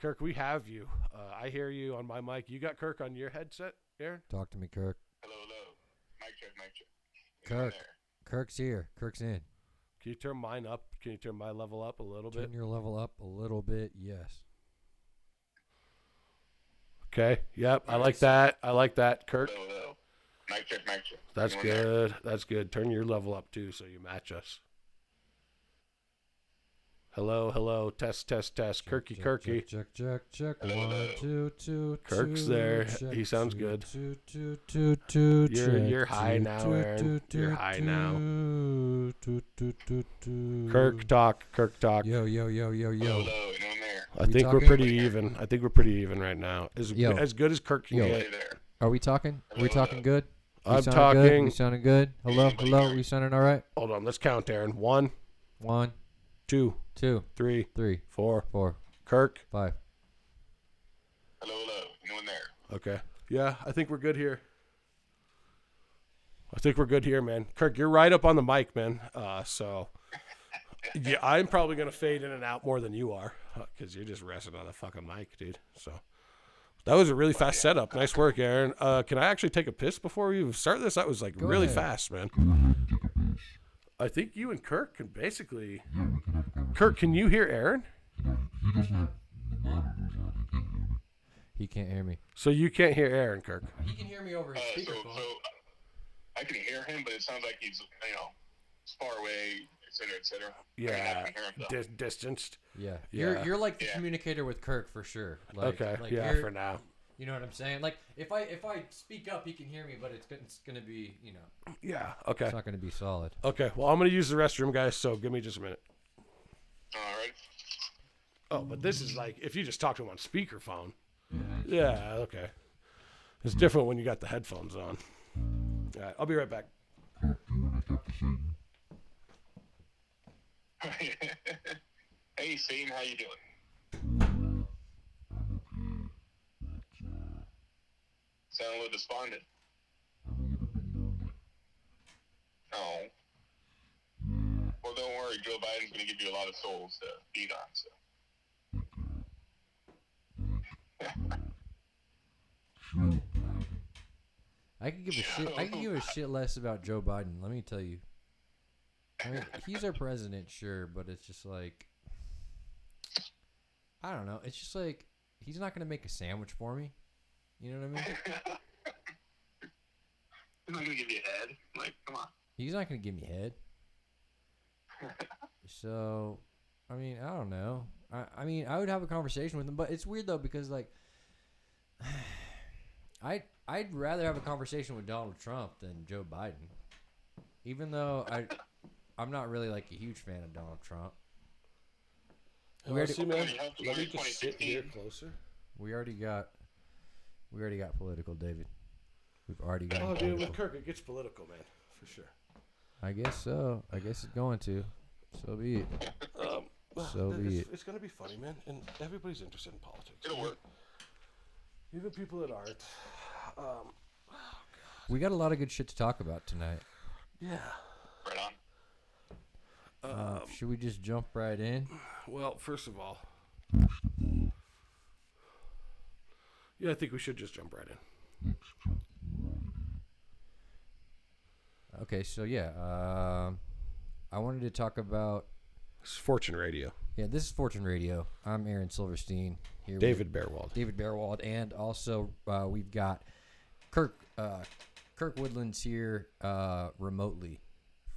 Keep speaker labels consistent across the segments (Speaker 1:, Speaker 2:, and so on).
Speaker 1: Kirk, we have you. Uh, I hear you on my mic. You got Kirk on your headset, Aaron?
Speaker 2: Talk to me, Kirk.
Speaker 3: Hello, hello. Mic check, mic check. Is
Speaker 2: Kirk.
Speaker 3: it there?
Speaker 2: Kirk's here. Kirk's in.
Speaker 1: Can you turn mine up? Can you turn my level up a little bit?
Speaker 2: Turn your level up a little bit. Yes.
Speaker 1: Okay. Yep. I like that. I like that, Kirk.
Speaker 3: Hello, hello. Mic check, mic check.
Speaker 1: That's
Speaker 3: Anyone there?
Speaker 1: good. That's good. Turn your level up too so you match us. Hello, hello. Test, test, test. Kirky,
Speaker 2: check,
Speaker 1: Kirky.
Speaker 2: Check, check, check, check.
Speaker 3: Hello,
Speaker 2: One,
Speaker 3: hello.
Speaker 2: two, two,
Speaker 1: Kirk's
Speaker 2: two,
Speaker 1: there.
Speaker 2: check,
Speaker 1: He sounds
Speaker 2: two,
Speaker 1: good.
Speaker 2: Two, two, two, two,
Speaker 1: You're-
Speaker 2: check,
Speaker 1: you're high
Speaker 2: two,
Speaker 1: now,
Speaker 2: two,
Speaker 1: Aaron.
Speaker 2: two,
Speaker 1: You're
Speaker 2: two,
Speaker 1: high now.
Speaker 2: two, two, two, two, two.
Speaker 1: Kirk talk, Kirk talk.
Speaker 2: Yo, yo, yo, yo,
Speaker 3: Hello,
Speaker 2: yo.
Speaker 3: hello. Anyone there?
Speaker 1: I
Speaker 2: We
Speaker 1: think we're
Speaker 2: talking?
Speaker 1: pretty even. I think we're pretty even right now. As
Speaker 2: Yo.
Speaker 1: as good as Kirk can
Speaker 2: Yo.
Speaker 1: get.
Speaker 3: Anybody there?
Speaker 2: Are we talking? Are we talking good? We
Speaker 1: I'm
Speaker 2: sounding good?
Speaker 1: talking.
Speaker 2: We sounding good? Hello,
Speaker 3: Anybody
Speaker 2: hello.
Speaker 3: here?
Speaker 2: We sounding all right?
Speaker 1: Hold on, let's count, Aaron. One,
Speaker 2: One,
Speaker 1: two,
Speaker 2: two,
Speaker 1: three,
Speaker 2: three,
Speaker 1: four.
Speaker 2: four,
Speaker 1: Kirk.
Speaker 2: five.
Speaker 3: Hello, hello. Anyone there?
Speaker 1: Okay. Yeah, I think we're good here. I think we're good here, man. Kirk, you're right up on the mic, man. Uh, so, yeah, I'm probably gonna fade in and out more than you are because you're just resting on the fucking mic, dude. So, that was a really fast setup. Nice work, Aaron. Uh, can I actually take a piss before we start this? That was like really
Speaker 2: ahead.
Speaker 1: fast, man. I think you and Kirk can basically. Kirk, can you hear Aaron?
Speaker 2: He can't hear me.
Speaker 1: So you can't hear Aaron, Kirk.
Speaker 2: He can hear me over his
Speaker 3: Uh, so, so I can hear him, but it sounds like he's, you know, far away, et cetera, et cetera. I
Speaker 1: Yeah,
Speaker 3: can hear him, though.
Speaker 1: dis- distanced.
Speaker 2: Yeah.
Speaker 1: Yeah.
Speaker 2: You're you're like the
Speaker 3: Yeah.
Speaker 2: communicator with Kirk for sure. Like,
Speaker 1: okay,
Speaker 2: Like
Speaker 1: yeah,
Speaker 2: you're-
Speaker 1: for now.
Speaker 2: You know what I'm saying? Like if I if I speak up, he can hear me, but it's gonna, it's gonna be you know
Speaker 1: Yeah. Okay.
Speaker 2: it's not gonna be solid.
Speaker 1: Okay. Well, I'm gonna use the restroom, guys. So give me just a minute.
Speaker 3: All right.
Speaker 1: Oh, but this is like if you just talk to him on speakerphone. Yeah. Okay. It's different when you got the headphones on. All right. I'll be right back.
Speaker 3: hey, Satan, how you doing? Sound a little despondent. Oh. Well, don't worry. Joe Biden's going to give you a lot of souls to feed on. So.
Speaker 2: I could give a shit. I could give a shit less about Joe Biden. Let me tell you. I mean, he's our president, sure, but it's just like I don't know. It's just like he's not gonna make a sandwich for me. You know what I mean?
Speaker 3: He's not going to give you a head. Like, come on.
Speaker 2: He's not gonna give me head. So, I mean, I don't know. I, I mean, I would have a conversation with him, but it's weird though because like, I I'd rather have a conversation with Donald Trump than Joe Biden, even though I I'm not really like a huge fan of Donald Trump. Where do-
Speaker 1: see, man?
Speaker 3: Where do you-
Speaker 1: Let me just sit
Speaker 3: 2016?
Speaker 1: here closer.
Speaker 2: We already got we already got political, David. We've already got
Speaker 1: Oh, dude,
Speaker 2: political.
Speaker 1: with Kirk, it gets political, man, for sure.
Speaker 2: I guess so. I guess it's going to. So be it.
Speaker 1: Um,
Speaker 2: So
Speaker 1: it's,
Speaker 2: be it.
Speaker 1: it's gonna be funny, man, and everybody's interested in politics.
Speaker 3: It'll work.
Speaker 1: Even people that aren't. Um,
Speaker 2: We got a lot of good shit to talk about tonight.
Speaker 1: yeah.
Speaker 3: Right on.
Speaker 2: Uh, should we just jump right in?
Speaker 1: Well, first of all, yeah, I think we should just jump right in.
Speaker 2: Okay, so yeah, um, I wanted to talk about
Speaker 1: It's Fortune Radio.
Speaker 2: yeah. This is Fortune Radio. I'm Aaron Silverstein here.
Speaker 1: David Bearwald.
Speaker 2: with David Bearwald, and also uh, we've got Kirk uh, Kirk Woodlands here uh, remotely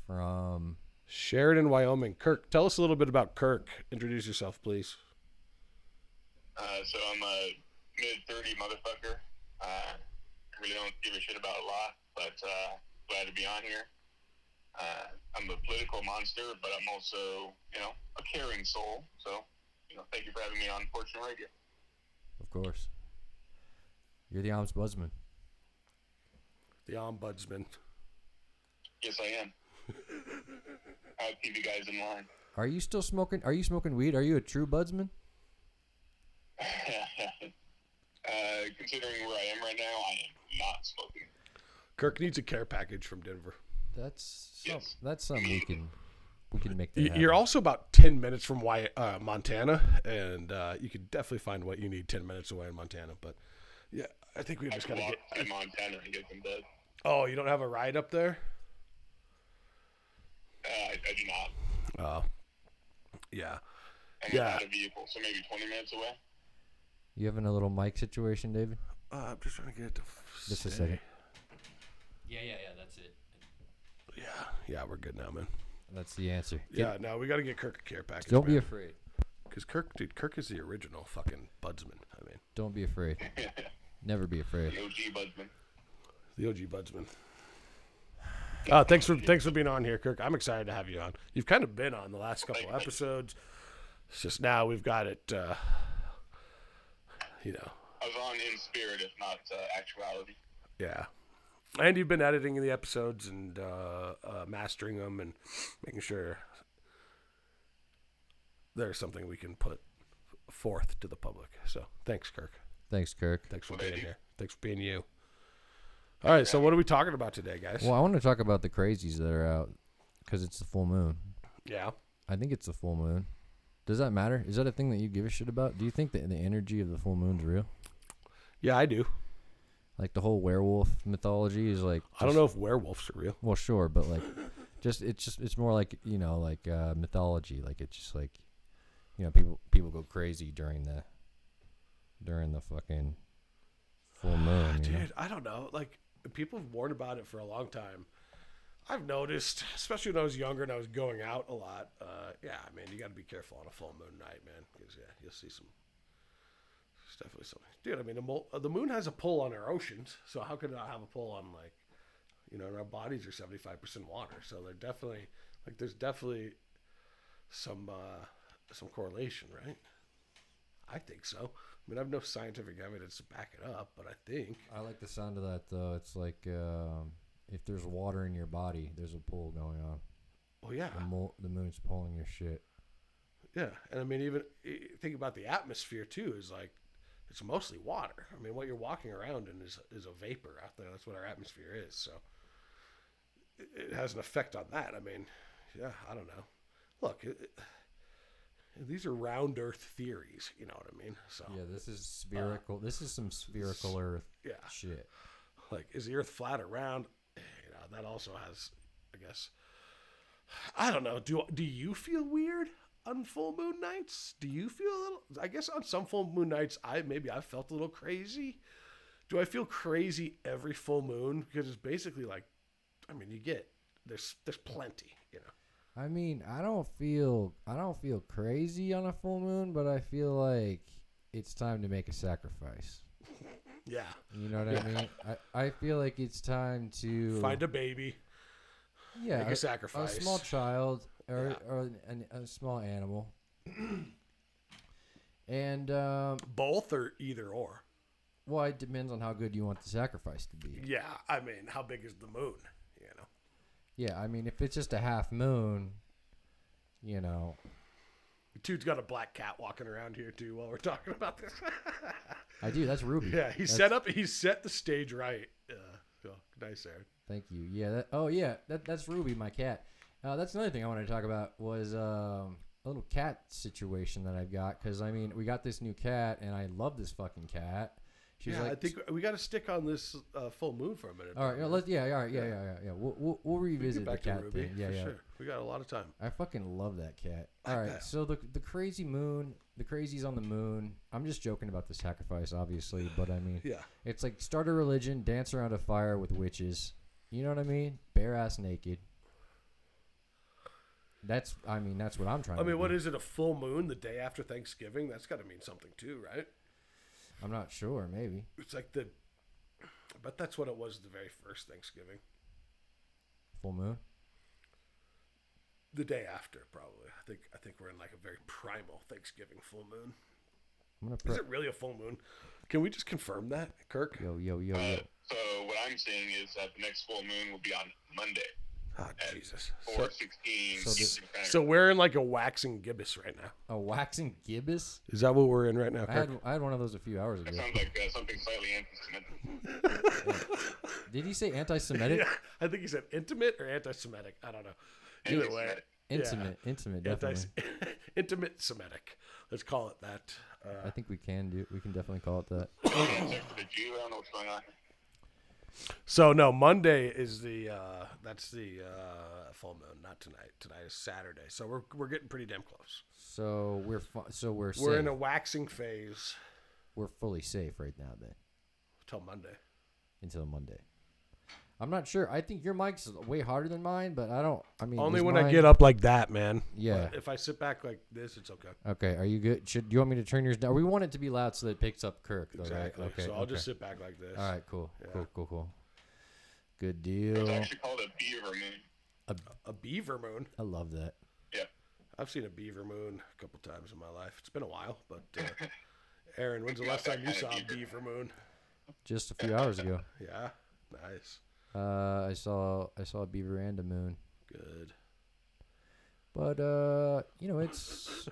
Speaker 2: from.
Speaker 1: Sheridan, Wyoming. Kirk, tell us a little bit about Kirk. Introduce yourself, please.
Speaker 3: Uh, so I'm a mid 30 motherfucker. Uh, really don't give a shit about a lot, but uh, glad to be on here. Uh, I'm a political monster, but I'm also, you know, a caring soul. So, you know, thank you for having me on Fortune Radio.
Speaker 2: Of course, you're the ombudsman.
Speaker 1: The Ombudsman.
Speaker 3: Yes, I am. I'll keep you guys in line.
Speaker 2: Are you still smoking? Are you smoking weed? Are you a true budsman?
Speaker 3: uh, considering where I am right now, I am not smoking.
Speaker 1: Kirk needs a care package from Denver.
Speaker 2: That's some,
Speaker 3: Yes.
Speaker 2: that's something we can We can make that.
Speaker 1: Y- You're
Speaker 2: happen.
Speaker 1: also about 10 minutes from Wy- uh, Montana, and uh, you could definitely find what you need 10 minutes away in Montana. But yeah, I think we
Speaker 3: I
Speaker 1: just
Speaker 3: could
Speaker 1: got to
Speaker 3: walk
Speaker 1: get.
Speaker 3: to Montana and get some bed.
Speaker 1: Oh, you don't have a ride up there?
Speaker 3: Uh, I, I do not.
Speaker 1: Oh. Yeah.
Speaker 3: I'm
Speaker 1: Yeah.
Speaker 3: without a vehicle, so maybe 20 minutes away.
Speaker 2: You having a little mic situation, David?
Speaker 1: Uh, I'm just trying to get it to.
Speaker 2: Just a
Speaker 1: stay.
Speaker 2: second. Yeah, yeah, yeah. That's it.
Speaker 1: Yeah. Yeah, we're good now, man.
Speaker 2: That's the answer.
Speaker 1: Yeah, no, we got to get Kirk a care package.
Speaker 2: Don't be afraid.
Speaker 1: Because Kirk, dude, Kirk is the original fucking budsman. I mean,
Speaker 2: Don't be afraid. Never be afraid.
Speaker 3: No G Budsman.
Speaker 1: the OG budsman. Uh, thanks for thanks for being on here, Kirk. I'm excited to have you on. You've kind of been on the last couple episodes. It's just now we've got it. Uh, you know,
Speaker 3: I was on in spirit, if not uh, actuality.
Speaker 1: yeah. And you've been editing the episodes and uh, uh, mastering them and making sure there's something we can put forth to the public. So thanks, Kirk.
Speaker 2: Thanks, Kirk.
Speaker 1: Thanks for being here. Thanks for being you. All right, so what are we talking about today, guys?
Speaker 2: Well, I want to talk about the crazies that are out because it's the full moon.
Speaker 1: yeah.
Speaker 2: I think it's the full moon. Does that matter? Is that a thing that you give a shit about? Do you think that the energy of the full moon's real?
Speaker 1: Yeah, I do.
Speaker 2: Like the whole werewolf mythology is like
Speaker 1: I don't know if werewolves are real.
Speaker 2: Well, sure, but like, just it's just it's more like you know like uh, mythology. Like it's just like, you know, people people go crazy during the during the fucking full moon. you know?
Speaker 1: Dude, I don't know. Like people have warned about it for a long time. I've noticed, especially when I was younger and I was going out a lot. Uh, yeah, I mean, you got to be careful on a full moon night, man, because yeah, you'll see some. It's definitely something, dude. I mean, the, mul- uh, the moon has a pull on our oceans, so how could it not have a pull on like, you know, and our bodies are seventy five percent water, so they're definitely like there's definitely some uh, some correlation, right? I think so. I mean, I have no scientific evidence to back it up, but I think.
Speaker 2: I like the sound of that though. It's like um, if there's water in your body, there's a pull going on.
Speaker 1: Well, Oh, yeah,
Speaker 2: The, mo- the moon's pulling your shit.
Speaker 1: yeah, and I mean, even i- think about the atmosphere too. Is like it's mostly water. I mean, what you're walking around in is is a vapor out there. That's what our atmosphere is. So it, it has an effect on that. I mean, yeah, I don't know. Look, it, it- these are round Earth theories. You know what I mean? So
Speaker 2: Yeah, this is spherical. this is some spherical Earth
Speaker 1: yeah.
Speaker 2: shit.
Speaker 1: like is the earth flat or round Eh, you know that also has i guess i don't know do do you feel weird on full moon nights do you feel a little i guess on some full moon nights i maybe i felt a little crazy do i feel crazy every full moon because it's basically like i mean you get there's there's plenty you know
Speaker 2: I mean, I don't feel I don't feel crazy on a full moon, but I feel like it's time to make a sacrifice.
Speaker 1: yeah
Speaker 2: You know what I mean? I, I feel like it's time to
Speaker 1: find a baby
Speaker 2: yeah,
Speaker 1: make a
Speaker 2: a-
Speaker 1: sacrifice.
Speaker 2: A small child or,
Speaker 1: Yeah.
Speaker 2: or an, a small animal. and um,
Speaker 1: both or either or
Speaker 2: well, it depends on how good you want the sacrifice to be.
Speaker 1: yeah i mean how big is the moon you know
Speaker 2: Yeah, I mean, if it's just a half moon, you know,
Speaker 1: Dude's got a black cat walking around here too while we're talking about this.
Speaker 2: I do. That's Ruby.
Speaker 1: yeah, he
Speaker 2: That's-
Speaker 1: set up he set the stage right. Uh, so, nice Aaron.
Speaker 2: Thank you. Yeah. That, oh, yeah. That, that's Ruby, my cat. Uh, that's another thing I wanted to talk about was um, a little cat situation that I've got. Because I mean, we got this new cat, and I love this fucking cat. She's
Speaker 1: yeah,
Speaker 2: like,
Speaker 1: I think we got to stick on this uh, full moon for a minute.
Speaker 2: All right.
Speaker 1: though,
Speaker 2: Yeah,
Speaker 1: man.
Speaker 2: let's, yeah. All right. Yeah. Yeah. Yeah. yeah. We'll, we'll, we'll
Speaker 1: We can get
Speaker 2: revisit the
Speaker 1: back to
Speaker 2: cat
Speaker 1: Ruby
Speaker 2: thing. Yeah.
Speaker 1: for
Speaker 2: yeah.
Speaker 1: sure. We got a lot of time.
Speaker 2: I fucking love that cat.
Speaker 1: I
Speaker 2: All right,
Speaker 1: bet.
Speaker 2: so the the crazy moon, the crazies on the moon. I'm just joking about the sacrifice, obviously, but I mean,
Speaker 1: Yeah,
Speaker 2: it's like start a religion, dance around a fire with witches. You know what I mean? Bare ass naked. That's I mean that's what I'm trying.
Speaker 1: I
Speaker 2: to
Speaker 1: mean, what
Speaker 2: do.
Speaker 1: is it? A full moon the day after Thanksgiving? That's got to mean something too, right?
Speaker 2: I'm not sure. Maybe
Speaker 1: It's like the, I bet that's what it was the very first Thanksgiving,
Speaker 2: full moon.
Speaker 1: the day after probably. I think I think we're in like a very primal Thanksgiving full moon.
Speaker 2: I'm gonna
Speaker 1: Is
Speaker 2: pre-
Speaker 1: it really a full moon? Can we just confirm that, Kirk?
Speaker 2: yo yo yo
Speaker 3: Uh,
Speaker 2: yo.
Speaker 3: so what I'm seeing is that the next full moon will be on Monday,
Speaker 1: Oh, Jesus. So,
Speaker 3: 416.
Speaker 2: so the-
Speaker 3: Eastern Standard
Speaker 1: so we're in like a waxing gibbous right now.
Speaker 2: A waxing gibbous.
Speaker 1: Is that what we're in right now,
Speaker 2: I had I had one of those a few hours ago.
Speaker 3: Sounds like uh, something slightly anti-Semitic.
Speaker 2: Did he say anti-Semitic?
Speaker 1: yeah, I think he said intimate or anti Semitic. I don't know. Either way,
Speaker 3: Anti-Semitic.
Speaker 2: Intimate, intimate, definitely.
Speaker 1: Anti- intimate Semitic. Let's call it that. Uh,
Speaker 2: I think we can do. We can definitely call it that.
Speaker 3: Except for the Jew, I don't know what's going on.
Speaker 1: so no, Monday is the uh, that's the uh, full moon, not tonight. Tonight is Saturday, so we're we're getting pretty damn close.
Speaker 2: So we're fu- so we're
Speaker 1: We're
Speaker 2: safe.
Speaker 1: in a waxing phase
Speaker 2: we're fully safe right now then
Speaker 1: till Monday.
Speaker 2: until Monday. I'm not sure. I think your mic's way harder than mine, but I don't. I mean,
Speaker 1: Only
Speaker 2: is
Speaker 1: when I
Speaker 2: mine-
Speaker 1: get up like that, man.
Speaker 2: Yeah.
Speaker 1: But if I sit back like this, it's okay.
Speaker 2: Okay. Are you good? Should do you want me to turn yours down? We want it to be loud so that it picks up Kirk. Though,
Speaker 1: Exactly.
Speaker 2: Right? Okay.
Speaker 1: so I'll
Speaker 2: okay.
Speaker 1: just sit back like this.
Speaker 2: All right. Cool. Cool. Cool. Cool. Good deal.
Speaker 3: It's actually called a beaver moon.
Speaker 1: A beaver moon.
Speaker 2: I love that.
Speaker 3: Yeah.
Speaker 1: I've seen a beaver moon a couple times in my life. It's been a while, but uh, Aaron, when's the last time you saw a beaver moon?
Speaker 2: Just a few hours ago,
Speaker 1: Yeah, nice,
Speaker 2: uh, I saw I saw a beaver and a moon,
Speaker 1: good.
Speaker 2: but uh, you know it's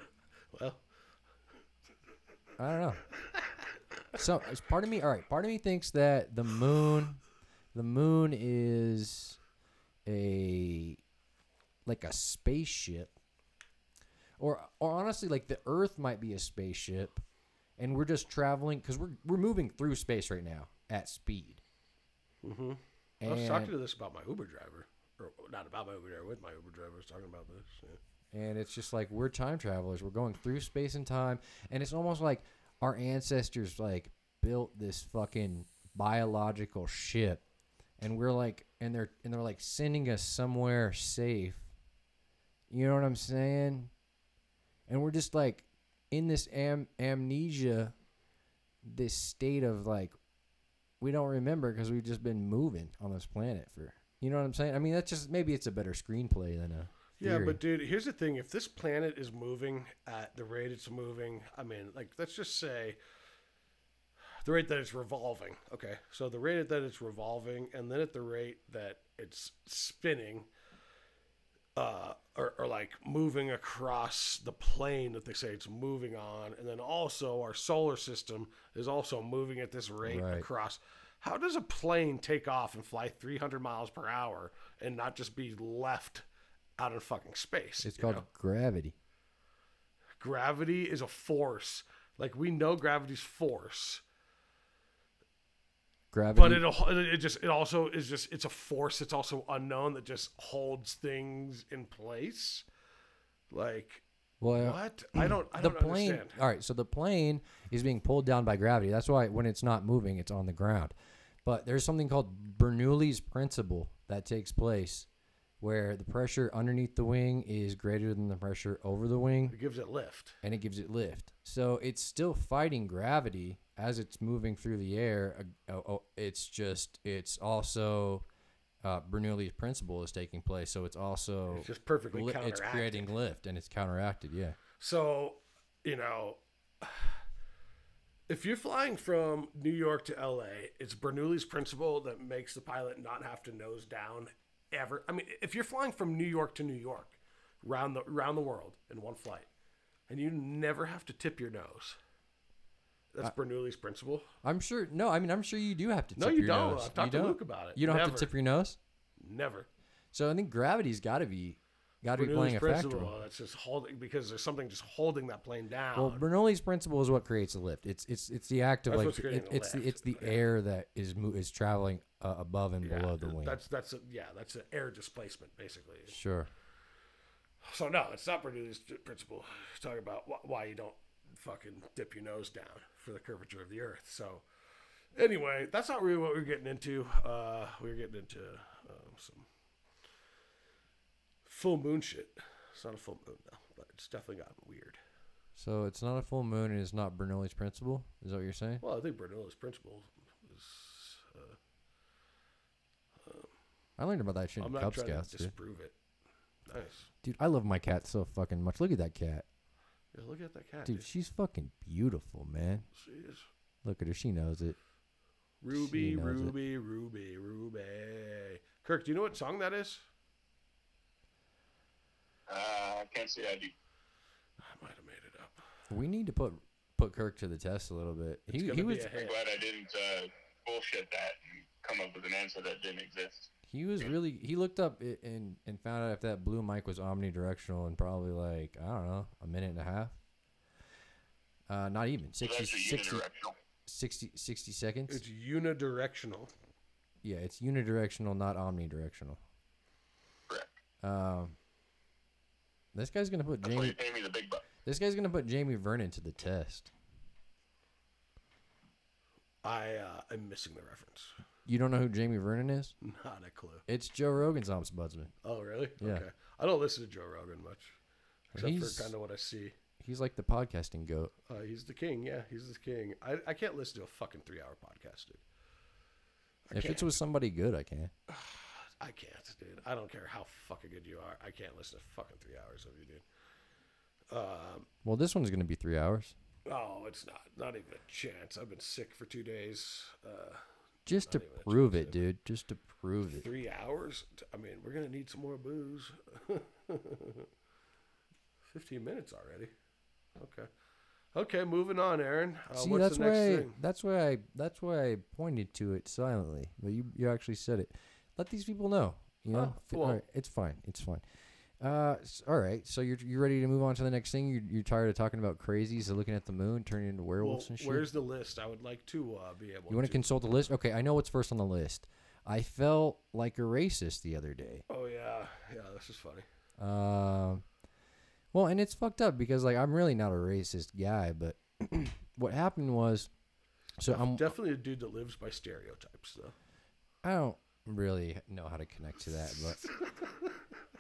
Speaker 1: Well,
Speaker 2: I don't know. So it's part of me. All right, part of me thinks that the moon, the moon is a like a spaceship, or or honestly, like the Earth might be a spaceship, and we're just traveling because we're we're moving through space right now at speed.
Speaker 1: I was
Speaker 2: And-
Speaker 1: talking to this about my Uber driver, or not about my Uber driver, with my Uber driver. I was talking about this. Yeah.
Speaker 2: And it's just like we're time travelers. We're going through space and time, and it's almost like our ancestors like built this fucking biological ship, and we're like, and they're and they're like sending us somewhere safe. You know what I'm saying? And we're just like in this am- amnesia, this state of like we don't remember because we've just been moving on this planet for. You know what I'm saying? I mean, that's just maybe it's a better screenplay than a.
Speaker 1: Yeah,
Speaker 2: theory.
Speaker 1: but dude, here's the thing: if this planet is moving at the rate it's moving, I mean, like let's just say the rate that it's revolving. Okay, so the rate that it's revolving, and then at the rate that it's spinning, uh, or, or like moving across the plane that they say it's moving on, and then also our solar system is also moving at this rate
Speaker 2: Right.
Speaker 1: across. How does a plane take off and fly 300 miles per hour and not just be left out in fucking space?
Speaker 2: It's
Speaker 1: you
Speaker 2: called
Speaker 1: know?
Speaker 2: gravity.
Speaker 1: gravity is a force. Like we know gravity's force,
Speaker 2: Gravity.
Speaker 1: but it it just it also is just it's a force. It's also unknown that just holds things in place. Like
Speaker 2: well,
Speaker 1: what? I don't. I
Speaker 2: the
Speaker 1: don't
Speaker 2: plane.
Speaker 1: understand.
Speaker 2: All right, so the plane is being pulled down by gravity. That's why when it's not moving, it's on the ground. But there's something called Bernoulli's principle that takes place, where the pressure underneath the wing is greater than the pressure over the wing.
Speaker 1: It gives it lift.
Speaker 2: and it gives it lift. So it's still fighting gravity as it's moving through the air. Uh, oh, oh, It's just it's also uh, Bernoulli's principle is taking place. So it's also
Speaker 1: It's just perfectly
Speaker 2: li- it's
Speaker 1: counteracted.
Speaker 2: creating lift and it's counteracted. Yeah,
Speaker 1: So, you know, if you're flying from New York to LA, it's Bernoulli's principle that makes the pilot not have to nose down ever. I mean, if you're flying from New York to New York, round the round the world in one flight, and you never have to tip your nose.
Speaker 2: Uh,
Speaker 1: That's Bernoulli's principle.
Speaker 2: I'm sure. No, I mean I'm sure you do have to. Tip
Speaker 1: No, you
Speaker 2: your
Speaker 1: don't.
Speaker 2: Nose.
Speaker 1: I've talked
Speaker 2: you
Speaker 1: to
Speaker 2: don't?
Speaker 1: Luke about it.
Speaker 2: You don't have
Speaker 1: Never.
Speaker 2: to tip your nose.
Speaker 1: Never.
Speaker 2: So I think gravity's got to be got to be
Speaker 1: Bernoulli's
Speaker 2: playing a factor.
Speaker 1: principle. That's just holding because there's something just holding that plane down.
Speaker 2: Well, Bernoulli's principle is what creates a lift. It's it's it's the act of
Speaker 1: That's what's
Speaker 2: like
Speaker 1: creating
Speaker 2: it,
Speaker 1: the
Speaker 2: it's the,
Speaker 1: lift.
Speaker 2: it's the air that is mo- is traveling uh, above and below the wing.
Speaker 1: That's that's a, yeah. That's an air displacement basically.
Speaker 2: Sure.
Speaker 1: So no, it's not Bernoulli's principle. It's talking about wh- why you don't fucking dip your nose down for the curvature of the Earth. So anyway, that's not really what we're getting into. Uh, we're getting into um, some full moon shit. It's not a full moon though, but it's definitely gotten weird.
Speaker 2: So it's not a full moon and it's not Bernoulli's principle. Is that what you're saying?
Speaker 1: Well, I think Bernoulli's principle is. Uh,
Speaker 2: I learned about that shit
Speaker 1: I'm
Speaker 2: in
Speaker 1: not
Speaker 2: Cub
Speaker 1: trying
Speaker 2: Scouts,
Speaker 1: to
Speaker 2: dude.
Speaker 1: disprove it. Nice.
Speaker 2: Dude, I love my cat so fucking much. Look at that cat,
Speaker 1: Yeah, look at that cat, dude.
Speaker 2: dude. She's fucking beautiful, man.
Speaker 1: She is
Speaker 2: Look at her. She knows it.
Speaker 1: Ruby,
Speaker 2: knows it.
Speaker 1: Ruby, Ruby, Ruby. Kirk, do you know what song that is?
Speaker 3: Uh, I can't say I do.
Speaker 1: I might have made it up.
Speaker 2: We need to put put Kirk to the test a little bit.
Speaker 1: It's
Speaker 2: He
Speaker 1: gonna
Speaker 2: he
Speaker 1: be
Speaker 2: was
Speaker 1: a
Speaker 3: I'm
Speaker 1: hit.
Speaker 3: glad I didn't uh, bullshit that and come up with an answer that didn't exist.
Speaker 2: He was really he looked up i- and and found out if that blue mic was omnidirectional in probably like I don't know a minute and a half. Uh, not even 60,
Speaker 3: That's a
Speaker 2: 60,
Speaker 3: unidirectional.
Speaker 2: 60, 60 seconds.
Speaker 1: It's unidirectional.
Speaker 2: yeah, it's unidirectional, not omnidirectional.
Speaker 3: Correct.
Speaker 2: Um, this guy's gonna put
Speaker 3: That's why you
Speaker 2: Jamie.
Speaker 3: pay me the big bucks.
Speaker 2: This guy's gonna put Jamie Vernon to the test.
Speaker 1: I uh, I'm missing the reference.
Speaker 2: You don't know who Jamie Vernon is?
Speaker 1: Not a clue.
Speaker 2: It's Joe Rogan's ombudsman.
Speaker 1: Oh really?
Speaker 2: Yeah.
Speaker 1: Okay. I don't listen to Joe Rogan much, except
Speaker 2: He's-
Speaker 1: for kind of what I see.
Speaker 2: He's like the podcasting goat.
Speaker 1: Uh, he's the king. Yeah, he's the king. I, I can't listen to a fucking three hour podcast, dude. I
Speaker 2: If
Speaker 1: can't.
Speaker 2: it's with somebody good, I can.
Speaker 1: I can't, dude. I don't care how fucking good you are. I can't listen to fucking three hours of you, dude. Um,
Speaker 2: Well, this one's gonna be three hours.
Speaker 1: oh, it's not. Not even a chance. I've been sick for two days. Uh,
Speaker 2: Just to prove it, dude. Just to prove it.
Speaker 1: three hours? I mean, we're going to need some more booze. 15 minutes already. Okay. Okay, moving on, Aaron. Uh,
Speaker 2: See,
Speaker 1: what's
Speaker 2: that's
Speaker 1: the next
Speaker 2: why.
Speaker 1: thing?
Speaker 2: That's why I. That's why I pointed to it silently. But you, you actually said it. Let these people know. You know.
Speaker 1: Oh,
Speaker 2: F-
Speaker 1: cool.
Speaker 2: all right, it's fine. It's fine. Uh, s- all right. So you're you ready to move on to the next thing? You're, you're tired of talking about crazies and looking at the moon, turning into
Speaker 1: Well,
Speaker 2: werewolves and shit.
Speaker 1: where's the list? I would like to uh, be able
Speaker 2: you want
Speaker 1: to.
Speaker 2: to consult the list? Okay, I know what's first on the list. I felt like a racist the other day.
Speaker 1: oh, yeah. Yeah, this is funny.
Speaker 2: Um, well, and it's fucked up because like I'm really not a racist guy, but what happened was, so I'm
Speaker 1: Definitely a dude that lives by stereotypes, though.
Speaker 2: I don't really know how to connect to that,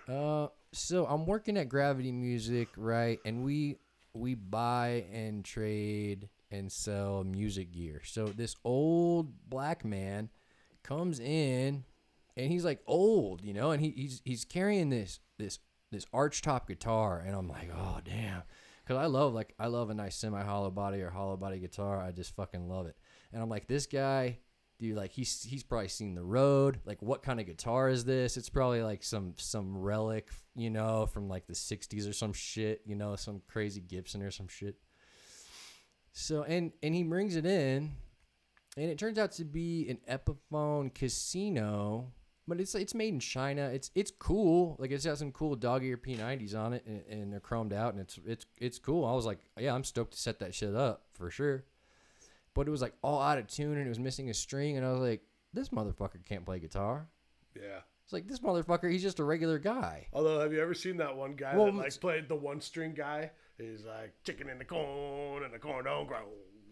Speaker 2: but uh, so I'm working at Gravity Music, right? And we we buy and trade and sell music gear. So this old black man comes in, and he's like old, you know, and he, he's he's carrying this this this archtop guitar, and I'm like, oh damn. Cause I love like I love a nice semi hollow body or hollow body guitar. I just fucking love it. And I'm like, this guy, dude, like he's he's probably seen the road. Like, what kind of guitar is this? It's probably like some some relic, you know, from like the '60s or some shit, you know, some crazy Gibson or some shit. So and and he brings it in, and it turns out to be an Epiphone Casino, but it's it's made in China. It's it's cool. Like it's got some cool dog ear P90s on it, and, and they're chromed out, and it's it's it's cool. I was like, yeah, I'm stoked to set that shit up for sure. But it was like all out of tune, and it was missing a string, and I was like, this motherfucker can't play guitar.
Speaker 1: Yeah.
Speaker 2: It's like this motherfucker, he's just a regular guy.
Speaker 1: Although, have you ever seen that one guy
Speaker 2: Well,
Speaker 1: that
Speaker 2: let's-
Speaker 1: like played the one string guy? He's like chicken in the corn and the corn don't grow,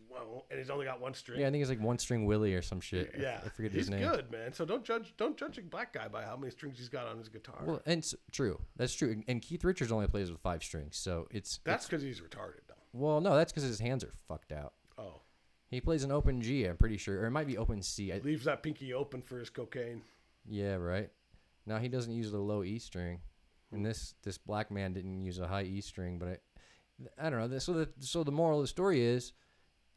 Speaker 1: well," and he's only got one string.
Speaker 2: Yeah, I think it's like one string Willie or some shit. I f-
Speaker 1: Yeah.
Speaker 2: I forget
Speaker 1: he's
Speaker 2: his name.
Speaker 1: good, man. So don't judge don't judge a black guy by how many strings he's got on his guitar.
Speaker 2: Well, and it's true. That's true. And- And Keith Richards only plays with five strings, so it's
Speaker 1: That's because he's retarded, though.
Speaker 2: well, no, that's because his hands are fucked out.
Speaker 1: Oh,
Speaker 2: He plays an open G, I'm pretty sure, or it might be open C. I,
Speaker 1: leaves that pinky open for his cocaine.
Speaker 2: yeah, right. No, he doesn't use the low E string, and this this black man didn't use a high E string. But I, I don't know. This- So the so the moral of the story is,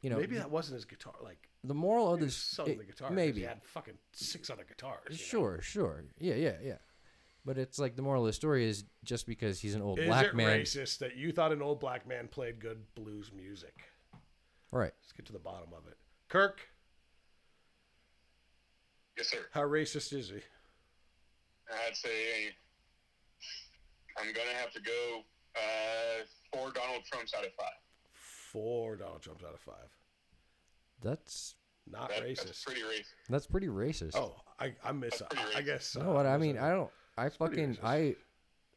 Speaker 2: you know,
Speaker 1: Maybe that wasn't his guitar. Like
Speaker 2: the moral
Speaker 1: he
Speaker 2: of the
Speaker 1: was
Speaker 2: s-
Speaker 1: selling
Speaker 2: it-
Speaker 1: the guitar. 'cause
Speaker 2: maybe
Speaker 1: he had fucking six other guitars. you know?
Speaker 2: Sure, sure. Yeah, yeah, yeah. But it's like the moral of the story is just because he's an old
Speaker 1: Is
Speaker 2: black
Speaker 1: it
Speaker 2: man.
Speaker 1: racist that you thought an old black man played good blues music?
Speaker 2: All right.
Speaker 1: Let's get to the bottom of it. Kirk,
Speaker 3: Yes, sir.
Speaker 1: how racist is he?
Speaker 3: I'd say I'm gonna have to go uh, four Donald Trumps out of five.
Speaker 1: Four Donald Trumps out of five.
Speaker 2: That's
Speaker 1: Not
Speaker 3: That- That's
Speaker 1: racist.
Speaker 3: pretty racist.
Speaker 2: that's pretty racist.
Speaker 1: Oh, I I miss. I, I guess.
Speaker 2: you
Speaker 1: uh,
Speaker 2: know what I
Speaker 1: miss-
Speaker 2: mean? I don't I
Speaker 1: pretty
Speaker 2: fucking I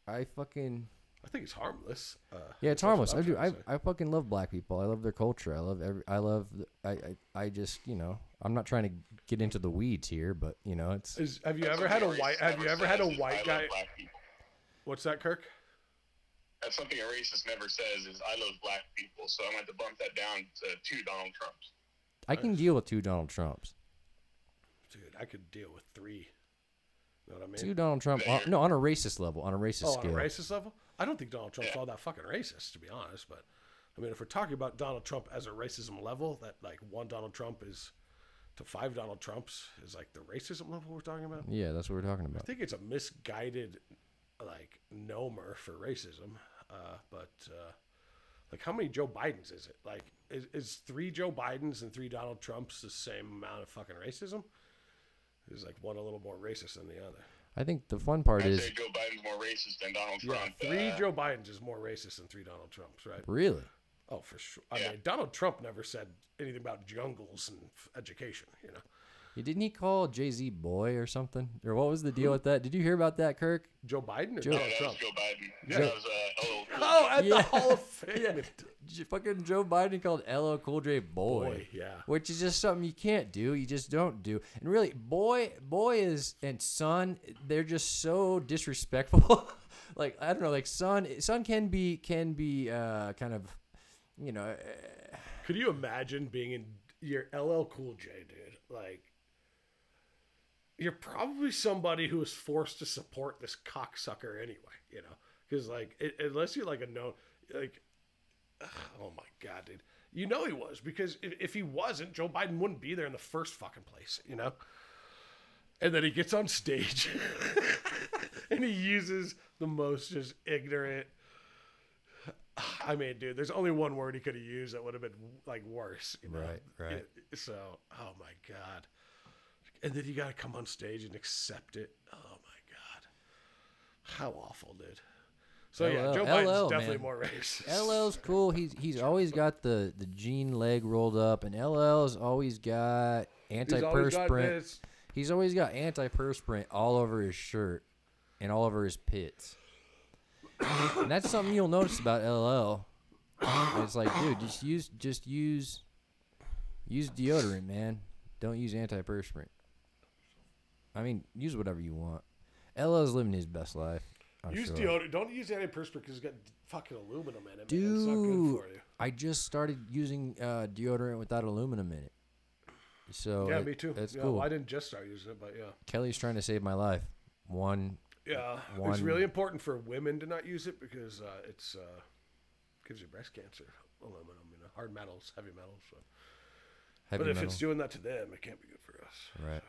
Speaker 2: I fucking
Speaker 1: I think it's harmless. Uh,
Speaker 2: Yeah, it's
Speaker 1: that's what
Speaker 2: harmless.
Speaker 1: I'm
Speaker 2: I do.
Speaker 1: trying
Speaker 2: I,
Speaker 1: to say.
Speaker 2: I fucking love black people. I love their culture. I love every. I love. The, I, I I just you know. I'm not trying to get into the weeds here, but you know it's.
Speaker 1: Is, have you
Speaker 3: That's
Speaker 1: ever had a
Speaker 3: something
Speaker 1: white?
Speaker 3: racist
Speaker 1: Have you
Speaker 3: never
Speaker 1: ever had a
Speaker 3: says is, "I
Speaker 1: white
Speaker 3: love
Speaker 1: guy?
Speaker 3: black people."
Speaker 1: What's that, Kirk?
Speaker 3: That's something a racist never says is "I love black people." So I'm going to bump that down to two Donald Trumps.
Speaker 2: I can deal with two Donald Trumps.
Speaker 1: Dude, I could deal with three. Know what I mean?
Speaker 2: Two Donald Trump. on- no, on a racist level, on a racist
Speaker 1: oh, on a
Speaker 2: scale.
Speaker 1: racist level, I don't think Donald Trump's all that fucking racist, to be honest. But I mean, if we're talking about Donald Trump as a racism level, that like one Donald Trump is to five Donald Trumps is like the racism level we're talking about.
Speaker 2: Yeah, that's what we're talking
Speaker 1: I
Speaker 2: about.
Speaker 1: think it's a misguided like nomer for racism. Uh, but uh, like, how many Joe Bidens is it? Like, is, is three Joe Bidens and three Donald Trumps the same amount of fucking racism? He's like one a little more racist than the other.
Speaker 2: I think the fun part
Speaker 3: I'd
Speaker 2: is
Speaker 3: say Joe Biden's more racist than Donald
Speaker 1: Yeah,
Speaker 3: Trump.
Speaker 1: three
Speaker 3: uh,
Speaker 1: Joe Bidens is more racist than three Donald Trumps, right?
Speaker 2: really
Speaker 1: Oh, for sure. I
Speaker 3: Yeah.
Speaker 1: mean, Donald Trump never said anything about jungles and f- education, you know.
Speaker 2: didn't he call Jay Z boy or something or what was the deal with that? Did you hear about that, Kirk?
Speaker 1: Joe Biden or
Speaker 2: Joe-
Speaker 3: no,
Speaker 1: Donald
Speaker 3: that
Speaker 1: Trump?
Speaker 3: was Joe Biden.
Speaker 1: Yeah.
Speaker 3: That was uh, LL Cool
Speaker 1: Oh,
Speaker 3: J.
Speaker 1: at
Speaker 2: Yeah.
Speaker 1: the Hall of Fame.
Speaker 2: Yeah. J- fucking Joe Biden called LL Cool J boy,
Speaker 1: Boy, yeah.
Speaker 2: which is just something you can't do. You just don't do. And really, boy, boy is and son, they're just so disrespectful. like I don't know, like son, son can be can be uh, kind of, you know,
Speaker 1: Could you imagine being in your LL Cool J, dude? Like, you're probably somebody who is forced to support this cocksucker anyway, you know? Because, like, it, unless you're like a known, like, oh my God, dude. You know he was, because if, if he wasn't, Joe Biden wouldn't be there in the first fucking place, you know? And then he gets on stage and he uses the most just ignorant, I mean, dude, there's only one word he could have used that would have been like worse. you know?
Speaker 2: Right, right.
Speaker 1: Yeah, So, oh my god. And then you got to come on stage and accept it. Oh my god. How awful, dude. So yeah,
Speaker 2: LL,
Speaker 1: Joe Biden's
Speaker 2: LL,
Speaker 1: definitely
Speaker 2: man.
Speaker 1: more racist.
Speaker 2: LL's cool. He's he's always got the the jean leg rolled up, and LL's always got
Speaker 1: He's always got
Speaker 2: antiperspirant.
Speaker 1: this.
Speaker 2: He's always got antiperspirant all over his shirt and all over his pits. and that's something you'll notice about LL. It's like, dude, just use just use use deodorant, man. Don't use antiperspirant. I mean, use whatever you want. LL's living his best life. I'm
Speaker 1: Use
Speaker 2: sure.
Speaker 1: deodorant. Don't use antiperspirant because it's got fucking aluminum in it. man. It's not good
Speaker 2: Dude,
Speaker 1: for you.
Speaker 2: I just started using uh, deodorant without aluminum in it. So
Speaker 1: Yeah,
Speaker 2: Oh, it-
Speaker 1: me too.
Speaker 2: That's
Speaker 1: yeah,
Speaker 2: cool.
Speaker 1: well, I didn't just start using it, but yeah.
Speaker 2: Kelly's trying to save my life. One,
Speaker 1: Yeah, it's
Speaker 2: One-
Speaker 1: really important for women to not use it because uh, it's uh, gives you breast cancer. Aluminum, you know, hard metals, heavy metals. So.
Speaker 2: heavy
Speaker 1: But if
Speaker 2: metal.
Speaker 1: it's doing that to them, it can't be good for us.
Speaker 2: right.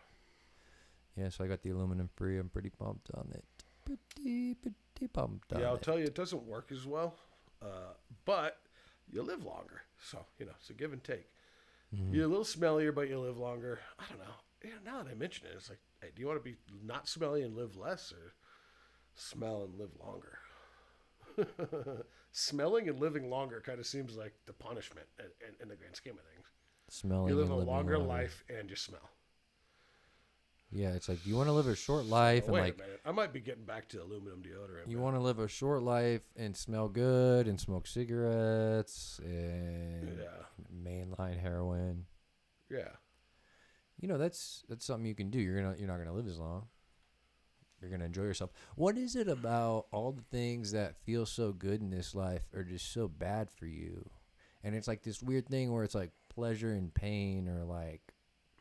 Speaker 2: Yeah, so I got the aluminum free. I'm pretty pumped on it. Pretty, pretty pumped on
Speaker 1: yeah, I'll
Speaker 2: it.
Speaker 1: tell you, it doesn't work as well, uh, but you live longer. So you know, it's a give and take.
Speaker 2: Mm-hmm.
Speaker 1: You're a little smellier, but you live longer. I don't know. You know, now that I mention it, it's like, hey, do you want to be not smelly and live less, or smell and live longer? Smelling and living longer kind of seems like the punishment in, in, in the grand scheme of things.
Speaker 2: Smelling
Speaker 1: You live
Speaker 2: and
Speaker 1: a
Speaker 2: living
Speaker 1: longer life and you smell.
Speaker 2: Yeah, it's like you want to live a short life and
Speaker 1: Wait
Speaker 2: like
Speaker 1: a minute, I might be getting back to aluminum deodorant.
Speaker 2: you
Speaker 1: man.
Speaker 2: want to live a short life and smell good and smoke cigarettes and
Speaker 1: Yeah.
Speaker 2: mainline heroin.
Speaker 1: yeah.
Speaker 2: you know that's that's something you can do you're gonna you're not gonna live as long you're gonna enjoy yourself what is it about all the things that feel so good in this life are just so bad for you and it's like this weird thing where it's like pleasure and pain are like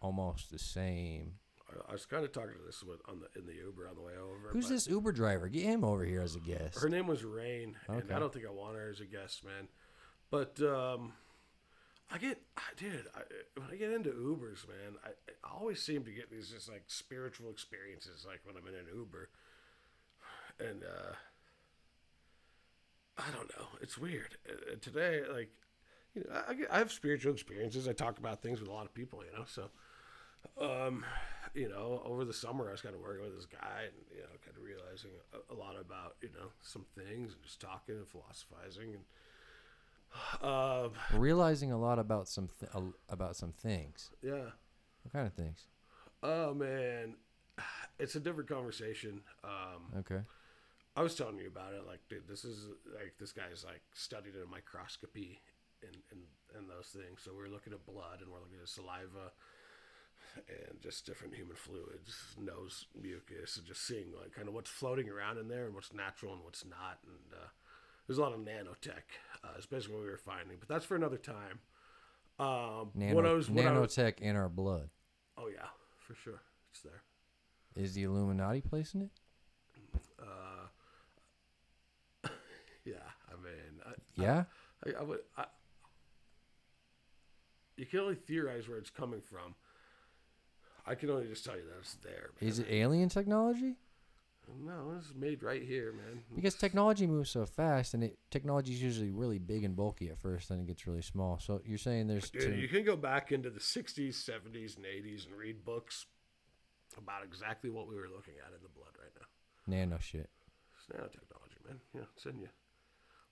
Speaker 2: almost the same
Speaker 1: I- I was kind of talking to this with on the in the Uber on the way over.
Speaker 2: who's
Speaker 1: but
Speaker 2: this uber driver get him over here as a guest
Speaker 1: Her name was Rain, and
Speaker 2: Okay.
Speaker 1: I don't think I want her as a guest, man. But um, I get, I- dude, I, when I get into Ubers, man, I, I always seem to get these just like spiritual experiences, like when I'm in an Uber, and uh, I don't know, it's weird. Uh, uh, today, like, you know, I, I get- I have spiritual experiences. I talk about things with a lot of people, you know, so. um, you know, over the summer I was kind of working with this guy and you know, kind of realizing a, a lot about you know some things and just talking and philosophizing and um,
Speaker 2: realizing a lot about some th- about some things
Speaker 1: yeah.
Speaker 2: what kind of things
Speaker 1: Oh man, it's a different conversation. Um,
Speaker 2: okay
Speaker 1: I was telling you about it, like, dude, this is like this guy's like studied in microscopy and and and those things. So we're looking at blood and we're looking at saliva and just different human fluids, nose mucus, and just seeing like kind of what's floating around in there and what's natural and what's not. And uh, there's a lot of nanotech. Uh, is basically what we were finding, but that's for another time. Um,
Speaker 2: Nano-
Speaker 1: what I was, what I was,
Speaker 2: nanotech in our blood
Speaker 1: oh yeah, for sure, it's there.
Speaker 2: is the illuminati placing it
Speaker 1: Yeah, I mean, I,
Speaker 2: yeah
Speaker 1: I, I would. I, you can only theorize where it's coming from. I can only just tell you that it's there. Man.
Speaker 2: is it alien technology
Speaker 1: No, it's made right here, man.
Speaker 2: Because technology moves so fast, and it technology is usually really big and bulky at first, then it gets really small. So you're saying there's
Speaker 1: Dude, you
Speaker 2: two,
Speaker 1: can go back into the '60s, '70s, and '80s and read books about exactly what we were looking at in the blood right now.
Speaker 2: Nano shit.
Speaker 1: It's nanotechnology, man. Yeah, it's in you.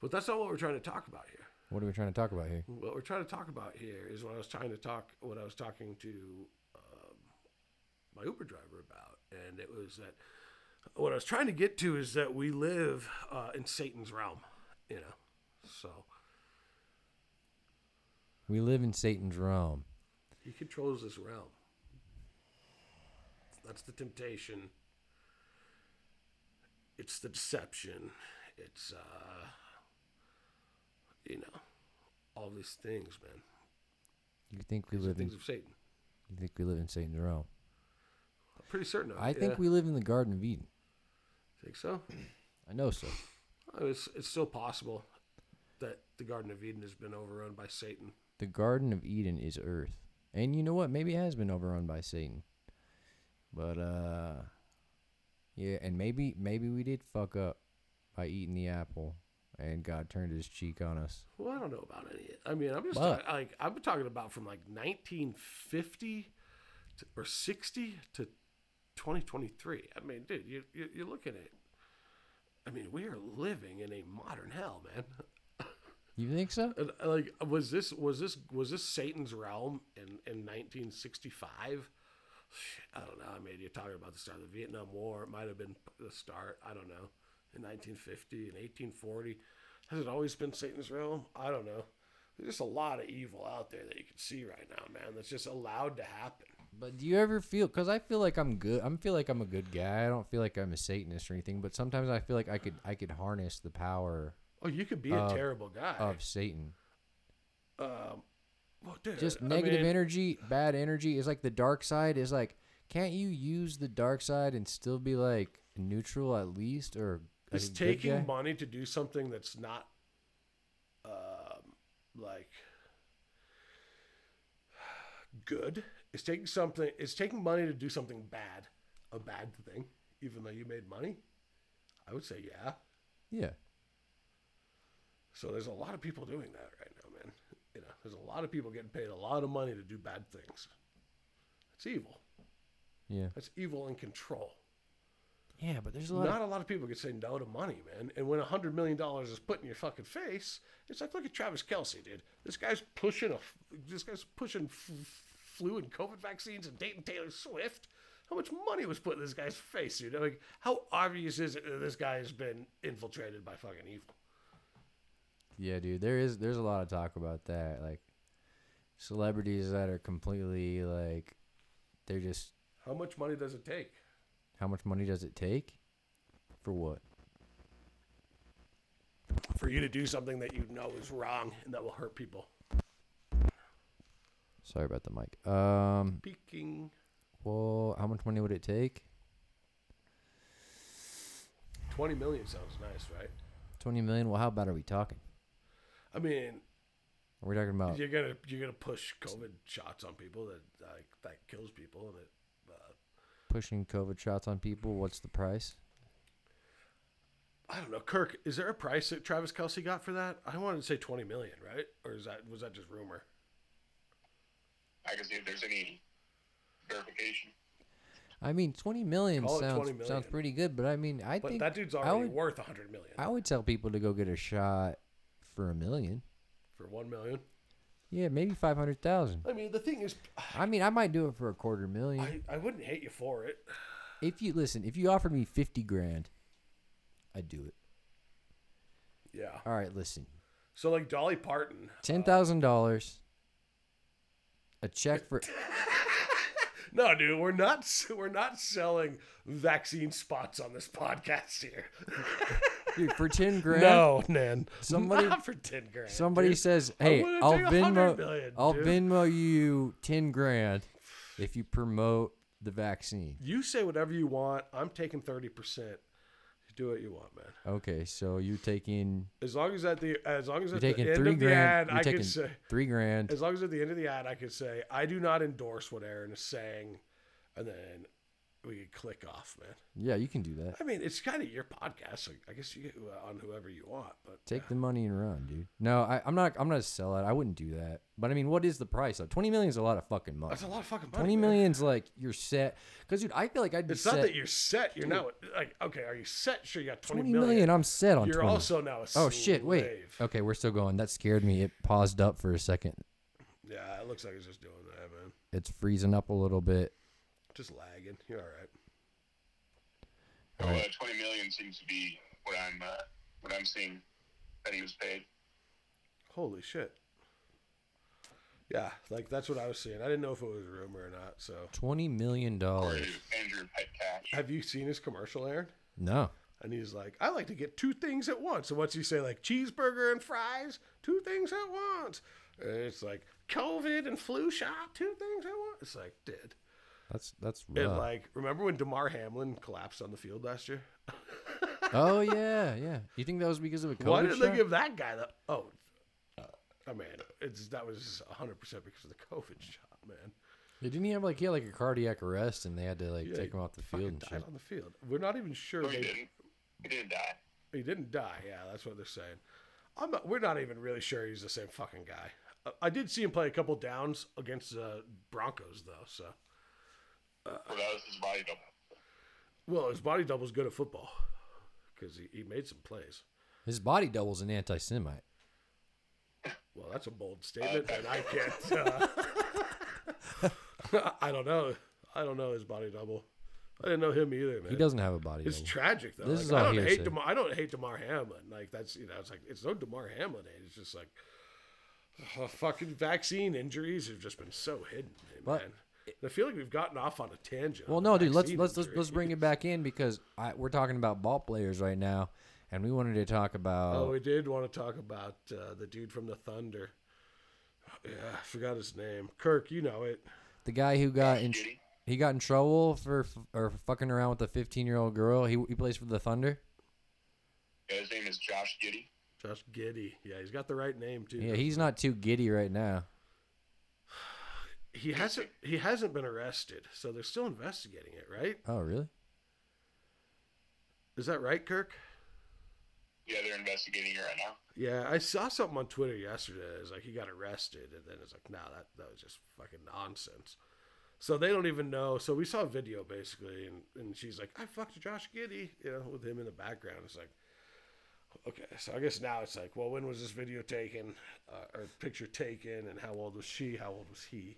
Speaker 1: But that's not what we're trying to talk about here.
Speaker 2: What are we trying to talk about here?
Speaker 1: What we're trying to talk about here is what I was trying to talk, what I was talking to um, my Uber driver about, and it was that what I was trying to get to is that we live uh, in Satan's realm, you know. So
Speaker 2: We live in Satan's realm.
Speaker 1: he controls this realm. That's the temptation. It's the deception. It's uh, you know, all these things, man.
Speaker 2: You think we
Speaker 1: These are
Speaker 2: live in?
Speaker 1: things of Satan.
Speaker 2: You think we live in Satan's realm?
Speaker 1: I'm pretty certain. Of it,
Speaker 2: I think
Speaker 1: yeah.
Speaker 2: we live in the Garden of Eden.
Speaker 1: think so.
Speaker 2: I know so.
Speaker 1: Oh, It's it's still possible that the Garden of Eden has been overrun by Satan.
Speaker 2: The Garden of Eden is Earth, and you know what? Maybe it has been overrun by Satan. But uh, yeah, and maybe maybe we did fuck up by eating the apple, and God turned His cheek on us.
Speaker 1: Well, I don't know about any. I mean, I'm just
Speaker 2: But-
Speaker 1: talking- like I'm talking about from like 1950 to, or 60 to 2023. I mean, dude, you, you you're looking at. I mean, we are living in a modern hell, man.
Speaker 2: You think so?
Speaker 1: And, uh, Like, was this was this was this Satan's realm in in 1965? I don't know. I mean, you're talking about the start of the Vietnam War. It might have been the start. I don't know. In 1950 and 1840, has it always been Satan's realm? I don't know. There's just a lot of evil out there that you can see right now, man. That's just allowed to happen.
Speaker 2: But do you ever feel? Cause I feel like I'm good. I feel like I'm a good guy. I don't feel like I'm a Satanist or anything. But sometimes I feel like I could I could harness the power
Speaker 1: Oh, you could be a
Speaker 2: Of-
Speaker 1: terrible guy.
Speaker 2: of Satan.
Speaker 1: um, well, dude,
Speaker 2: uh, Just
Speaker 1: I
Speaker 2: negative
Speaker 1: mean,
Speaker 2: energy, bad energy is like the dark side. Is like, can't you use the dark side and still be like neutral at least, or like,
Speaker 1: Is
Speaker 2: a good
Speaker 1: taking
Speaker 2: guy?
Speaker 1: money to do something that's not, um, like good. Is taking something. Is taking money to do something bad a bad thing, even though you made money? I would say yeah.
Speaker 2: yeah,
Speaker 1: So there's a lot of people doing that right now, man. You know, there's a lot of people getting paid a lot of money to do bad things. That's evil.
Speaker 2: yeah,
Speaker 1: That's evil and control.
Speaker 2: yeah. But there's a lot.
Speaker 1: Not
Speaker 2: of,
Speaker 1: a lot of people can say no to money, man. And when a hundred million dollars is put in your fucking face, it's like look at Travis Kelsey, dude. This guy's pushing a, this guy's pushing f- flu and COVID vaccines and dating Taylor Swift. How much money was put in this guy's face, dude? Like, how obvious is it that this guy has been infiltrated by fucking evil?
Speaker 2: yeah, dude. There is there's a lot of talk about that. Like celebrities that are completely like, they're just.
Speaker 1: How much money does it take?
Speaker 2: How much money does it take? For what?
Speaker 1: for you to do something that you know is wrong and that will hurt people.
Speaker 2: Sorry about the mic. Um.
Speaker 1: Peaking
Speaker 2: Well, how much money would it take?
Speaker 1: 20 million sounds nice, right?
Speaker 2: 20 million? Well, how bad are we talking?
Speaker 1: I mean,
Speaker 2: Are we talking about
Speaker 1: you're gonna you're gonna push COVID shots on people that like that kills people and it. Uh,
Speaker 2: pushing COVID shots on people? What's the price?
Speaker 1: I don't know, Kirk. Is there a price that Travis Kelsey got for that? I wanted to say 20 million, right? Or is that was that just rumor?
Speaker 3: I can see if there's any verification.
Speaker 2: I mean, 20 million
Speaker 1: Call it
Speaker 2: sounds
Speaker 1: 20
Speaker 2: sounds
Speaker 1: million.
Speaker 2: pretty good, but I mean, I
Speaker 1: But
Speaker 2: think
Speaker 1: that dude's
Speaker 2: I
Speaker 1: already
Speaker 2: would
Speaker 1: worth 100 million
Speaker 2: I would tell people to go get a shot for a million.
Speaker 1: for one million.
Speaker 2: Yeah, maybe 500,000.
Speaker 1: I mean, the thing is,
Speaker 2: I mean, I might do it for a quarter million.
Speaker 1: I, I wouldn't hate you for it.
Speaker 2: if you listen, if you offered me 50 grand, I'd do it.
Speaker 1: Yeah.
Speaker 2: All right, listen.
Speaker 1: So like Dolly Parton,
Speaker 2: $10,000 a check for
Speaker 1: No, dude, we're not we're not selling vaccine spots on this podcast here.
Speaker 2: dude, for 10 grand.
Speaker 1: No, Nan.
Speaker 2: Somebody-
Speaker 1: not for ten grand.
Speaker 2: Somebody
Speaker 1: dude.
Speaker 2: says,
Speaker 1: I
Speaker 2: "Hey,
Speaker 1: wouldn't
Speaker 2: I'll
Speaker 1: do 100
Speaker 2: Venmo,
Speaker 1: million,
Speaker 2: I'll
Speaker 1: dude."
Speaker 2: Venmo you ten grand if you promote the vaccine."
Speaker 1: you say whatever you want. I'm taking thirty percent. Do what you want, man.
Speaker 2: Okay, so you're taking
Speaker 1: As long as at the as long as
Speaker 2: you're
Speaker 1: at
Speaker 2: taking
Speaker 1: the end
Speaker 2: three
Speaker 1: of the ad,
Speaker 2: grand. You're
Speaker 1: I
Speaker 2: taking
Speaker 1: can say
Speaker 2: three grand.
Speaker 1: as long as at the end of the ad, I could say I do not endorse what Aaron is saying, and then we could click off, man.
Speaker 2: Yeah, you can do that.
Speaker 1: I mean, it's kind of your podcast. So I guess you get who- on whoever you want, but
Speaker 2: Take the money and run, dude. No, I, I'm not. I'm not gonna sell it. I wouldn't do that. But I mean, what is the price? Though twenty million is a lot of fucking money.
Speaker 1: that's a lot of fucking money.
Speaker 2: Twenty
Speaker 1: man.
Speaker 2: million's like you're set. Cause dude, I feel like I'd be
Speaker 1: It's
Speaker 2: set.
Speaker 1: not that you're set. You're now like okay. Are you set? Sure, you got twenty
Speaker 2: twenty million. I'm set on.
Speaker 1: You're
Speaker 2: 20.
Speaker 1: also now a
Speaker 2: Oh shit! Wait.
Speaker 1: slave.
Speaker 2: Okay, we're still going. That scared me. It paused up for a second.
Speaker 1: Yeah, it looks like it's just doing that, man.
Speaker 2: It's freezing up a little bit.
Speaker 1: Just lagging. You're all right.
Speaker 3: So, uh, 20 million seems to be what I'm uh, what I'm seeing that he was paid.
Speaker 1: Holy shit. Yeah, like that's what I was seeing. I didn't know if it was a rumor or not. So,
Speaker 2: Twenty million dollars.
Speaker 3: Andrew Petcash.
Speaker 1: have you seen his commercial, Aaron?
Speaker 2: No.
Speaker 1: And he's like, I like to get two things at once. And what's he say? Like cheeseburger and fries, two things at once. And it's like COVID and flu shot, two things at once. It's like, dude.
Speaker 2: That's that's
Speaker 1: And
Speaker 2: rough.
Speaker 1: like, remember when Damar Hamlin collapsed on the field last year?
Speaker 2: oh yeah, yeah. You think that was because of a COVID
Speaker 1: Why did
Speaker 2: shot?
Speaker 1: they give that guy the? Oh, I mean, it's that was 100 percent because of the COVID shot, man.
Speaker 2: Yeah, Didn't he have like he had like a cardiac arrest and they had to like
Speaker 1: Yeah,
Speaker 2: take
Speaker 1: he
Speaker 2: him off the
Speaker 1: Fucking
Speaker 2: field and
Speaker 1: died
Speaker 2: shit.
Speaker 1: on the field. We're not even sure
Speaker 3: No, he
Speaker 1: they,
Speaker 3: didn't. He didn't die.
Speaker 1: he didn't die. Yeah, that's what they're saying. I'm not, we're not even really sure he's the same fucking guy. Uh, I did see him play a couple downs against the Broncos though. So,
Speaker 3: Well, that was his body double.
Speaker 1: well, his body double's good at football because he, he made some plays.
Speaker 2: His body double's an anti Semite.
Speaker 1: Well, that's a bold statement, and I can't. Uh, I don't know. I don't know his body double. I didn't know him either, man.
Speaker 2: He doesn't have a body
Speaker 1: It's
Speaker 2: double.
Speaker 1: tragic though.
Speaker 2: This
Speaker 1: Like,
Speaker 2: is
Speaker 1: I
Speaker 2: all
Speaker 1: don't hate
Speaker 2: hearsay.
Speaker 1: Demar. I don't hate Demar Hamlin. Like that's you know, it's like it's no Demar Hamlin. hate. It's just like uh, fucking vaccine injuries have just been so hidden,
Speaker 2: But-
Speaker 1: man. And I feel like we've gotten off on a tangent.
Speaker 2: well,
Speaker 1: on
Speaker 2: no, dude. Let's
Speaker 1: vaccine
Speaker 2: let's let's,
Speaker 1: injury.
Speaker 2: let's bring it back in because I, we're talking about ball players right now, and we wanted to talk about.
Speaker 1: Oh, we did want to talk about uh, the dude from the Thunder. Yeah, I forgot his name. Kirk, you know it.
Speaker 2: the guy who got in
Speaker 3: Diddy?
Speaker 2: he got in trouble for f- or fucking around with a 15 year old girl. He he plays for the Thunder.
Speaker 3: Yeah, his name is Josh Giddy.
Speaker 1: Josh Giddy. Yeah, he's got the right name too.
Speaker 2: Yeah, he's not too giddy right now.
Speaker 1: he hasn't he hasn't been arrested, so they're still investigating it, right?
Speaker 2: Oh really?
Speaker 1: Is that right, Kirk?
Speaker 3: Yeah, they're investigating it right now.
Speaker 1: Yeah, I saw something on Twitter yesterday. It's like he got arrested, and then it's like, nah, that that was just fucking nonsense. So they don't even know. So we saw a video basically, and, and she's like, I fucked Josh Giddy, you know, with him in the background. It's like, okay, so I guess now it's like, well, when was this video taken, uh, or picture taken, and how old was she? How old was he?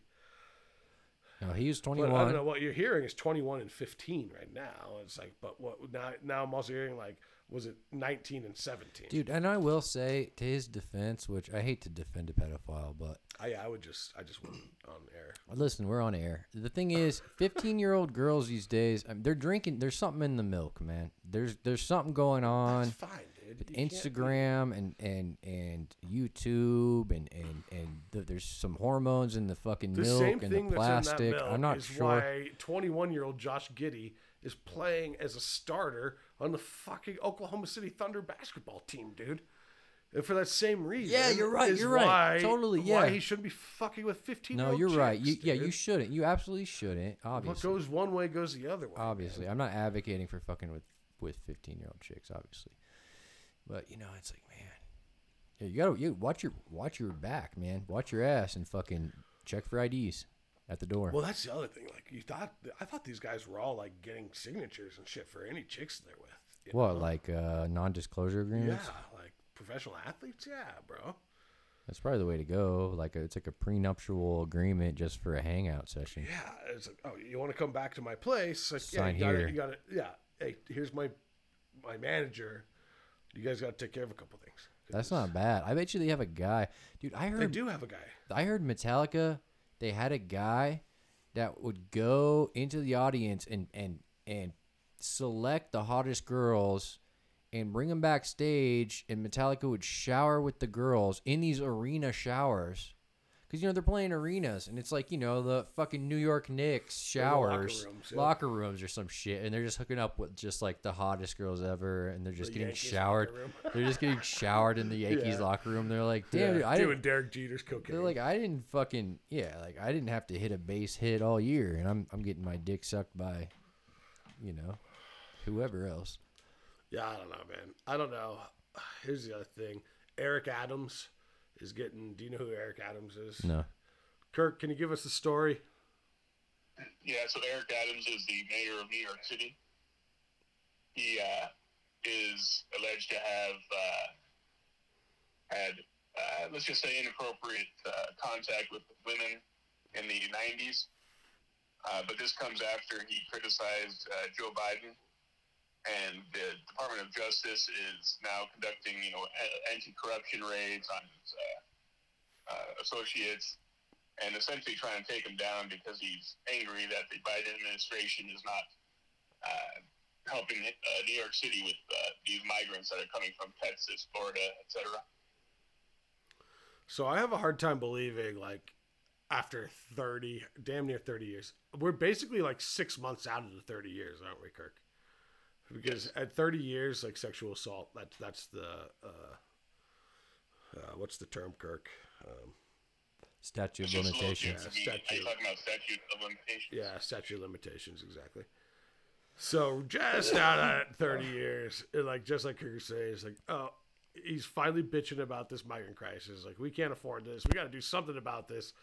Speaker 2: No, he was
Speaker 1: But I don't
Speaker 2: 21.
Speaker 1: know what you're hearing is 21 and 15 right now. It's like, but what now? Now I'm also hearing like, was it 19 and 17?
Speaker 2: Dude, and I will say to his defense, which I hate to defend a pedophile, but
Speaker 1: I, I would just, I just wouldn't on air.
Speaker 2: Listen, we're on air. The thing is, fifteen-year-old girls these days, I mean, they're drinking. There's something in the milk, man. There's there's something going on.
Speaker 1: It's fine, dude. You can't-
Speaker 2: Instagram and and and YouTube and and and th- there's some hormones in the fucking
Speaker 1: The same
Speaker 2: milk and
Speaker 1: thing
Speaker 2: the
Speaker 1: that's
Speaker 2: plastic.
Speaker 1: in that milk
Speaker 2: I'm not
Speaker 1: is
Speaker 2: sure.
Speaker 1: why 21 year old Josh Giddy is playing as a starter on the fucking Oklahoma City Thunder basketball team, dude. And for that same reason,
Speaker 2: Yeah, you're right,
Speaker 1: is
Speaker 2: you're right.
Speaker 1: why-
Speaker 2: Totally,
Speaker 1: why
Speaker 2: yeah.
Speaker 1: he shouldn't be fucking with 15.
Speaker 2: no,
Speaker 1: -year-old
Speaker 2: you're right.
Speaker 1: chicks,
Speaker 2: You, yeah,
Speaker 1: dude.
Speaker 2: you shouldn't. You absolutely shouldn't.
Speaker 1: What
Speaker 2: Obviously,
Speaker 1: goes one way goes the other way.
Speaker 2: obviously, I'm not advocating for fucking with with 15-year-old chicks, obviously. But you know, it's like, man, yeah, you gotta you watch your watch your back, man. Watch your ass and fucking check for IDs at the door.
Speaker 1: Well, that's the other thing. Like you thought, I thought these guys were all like getting signatures and shit for any chicks they're with. you
Speaker 2: what like uh, non-disclosure
Speaker 1: know?
Speaker 2: agreements?
Speaker 1: Yeah, like professional athletes. Yeah, bro.
Speaker 2: That's probably the way to go. Like it's like a prenuptial agreement just for a hangout session.
Speaker 1: Yeah, it's like, oh, you want to come back to my place? Like, yeah,
Speaker 2: Sign
Speaker 1: you gotta,
Speaker 2: here.
Speaker 1: You gotta, yeah. Hey, here's my my manager. You guys got to take care of a couple things.
Speaker 2: That's not bad. I bet you they have a guy, dude.
Speaker 1: They
Speaker 2: I heard
Speaker 1: do have a guy.
Speaker 2: I heard Metallica. They had a guy that would go into the audience and and and select the hottest girls and bring them backstage, and Metallica would shower with the girls in these arena showers. Cause you know they're playing arenas, and it's like you know the fucking New York Knicks
Speaker 1: the locker
Speaker 2: showers,
Speaker 1: rooms, yeah.
Speaker 2: locker rooms or some shit, and they're just hooking up with just like the hottest girls ever, and they're just
Speaker 1: The
Speaker 2: getting
Speaker 1: Yankees
Speaker 2: showered.
Speaker 1: locker room.
Speaker 2: They're just getting showered in the Yankees
Speaker 1: Yeah.
Speaker 2: locker room. They're like, damn, dude, I didn't,
Speaker 1: doing Derek Jeter's cocaine.
Speaker 2: they're like, I didn't fucking yeah, like I didn't have to hit a base hit all year, and I'm I'm getting my dick sucked by you know, whoever else.
Speaker 1: Yeah, I don't know, man. I don't know. Here's the other thing. Eric Adams is getting. Do you know who Eric Adams is?
Speaker 2: No.
Speaker 1: Kirk, can you give us a story?
Speaker 3: Yeah, so Eric Adams is the mayor of New York City. He uh, is alleged to have uh, had, uh, let's just say, inappropriate uh, contact with women in the 90s. Uh, but this comes after he criticized uh, Joe Biden, and the Department of Justice is now conducting, you know, a- anti-corruption raids on his uh, uh, associates and essentially trying to take him down because he's angry that the Biden administration is not uh, helping uh, New York City with uh, these migrants that are coming from Texas, Florida, etc.
Speaker 1: So I have a hard time believing, like, after 30, damn near 30 years, we're basically like six months out of the 30 years, aren't we, Kirk? Because at 30 years, like sexual assault, that's that's the uh, uh, what's the term, Kirk? Um,
Speaker 2: Statue of
Speaker 3: It's just
Speaker 2: limitations.
Speaker 3: locations. I mean, Are
Speaker 1: statute.
Speaker 3: you talking about statute of limitations?
Speaker 1: yeah, statute of limitations, exactly. So just out at 30 years, and like just like Kirk says, like oh, he's finally bitching about this migrant crisis. Like we can't afford this. We got to do something about this.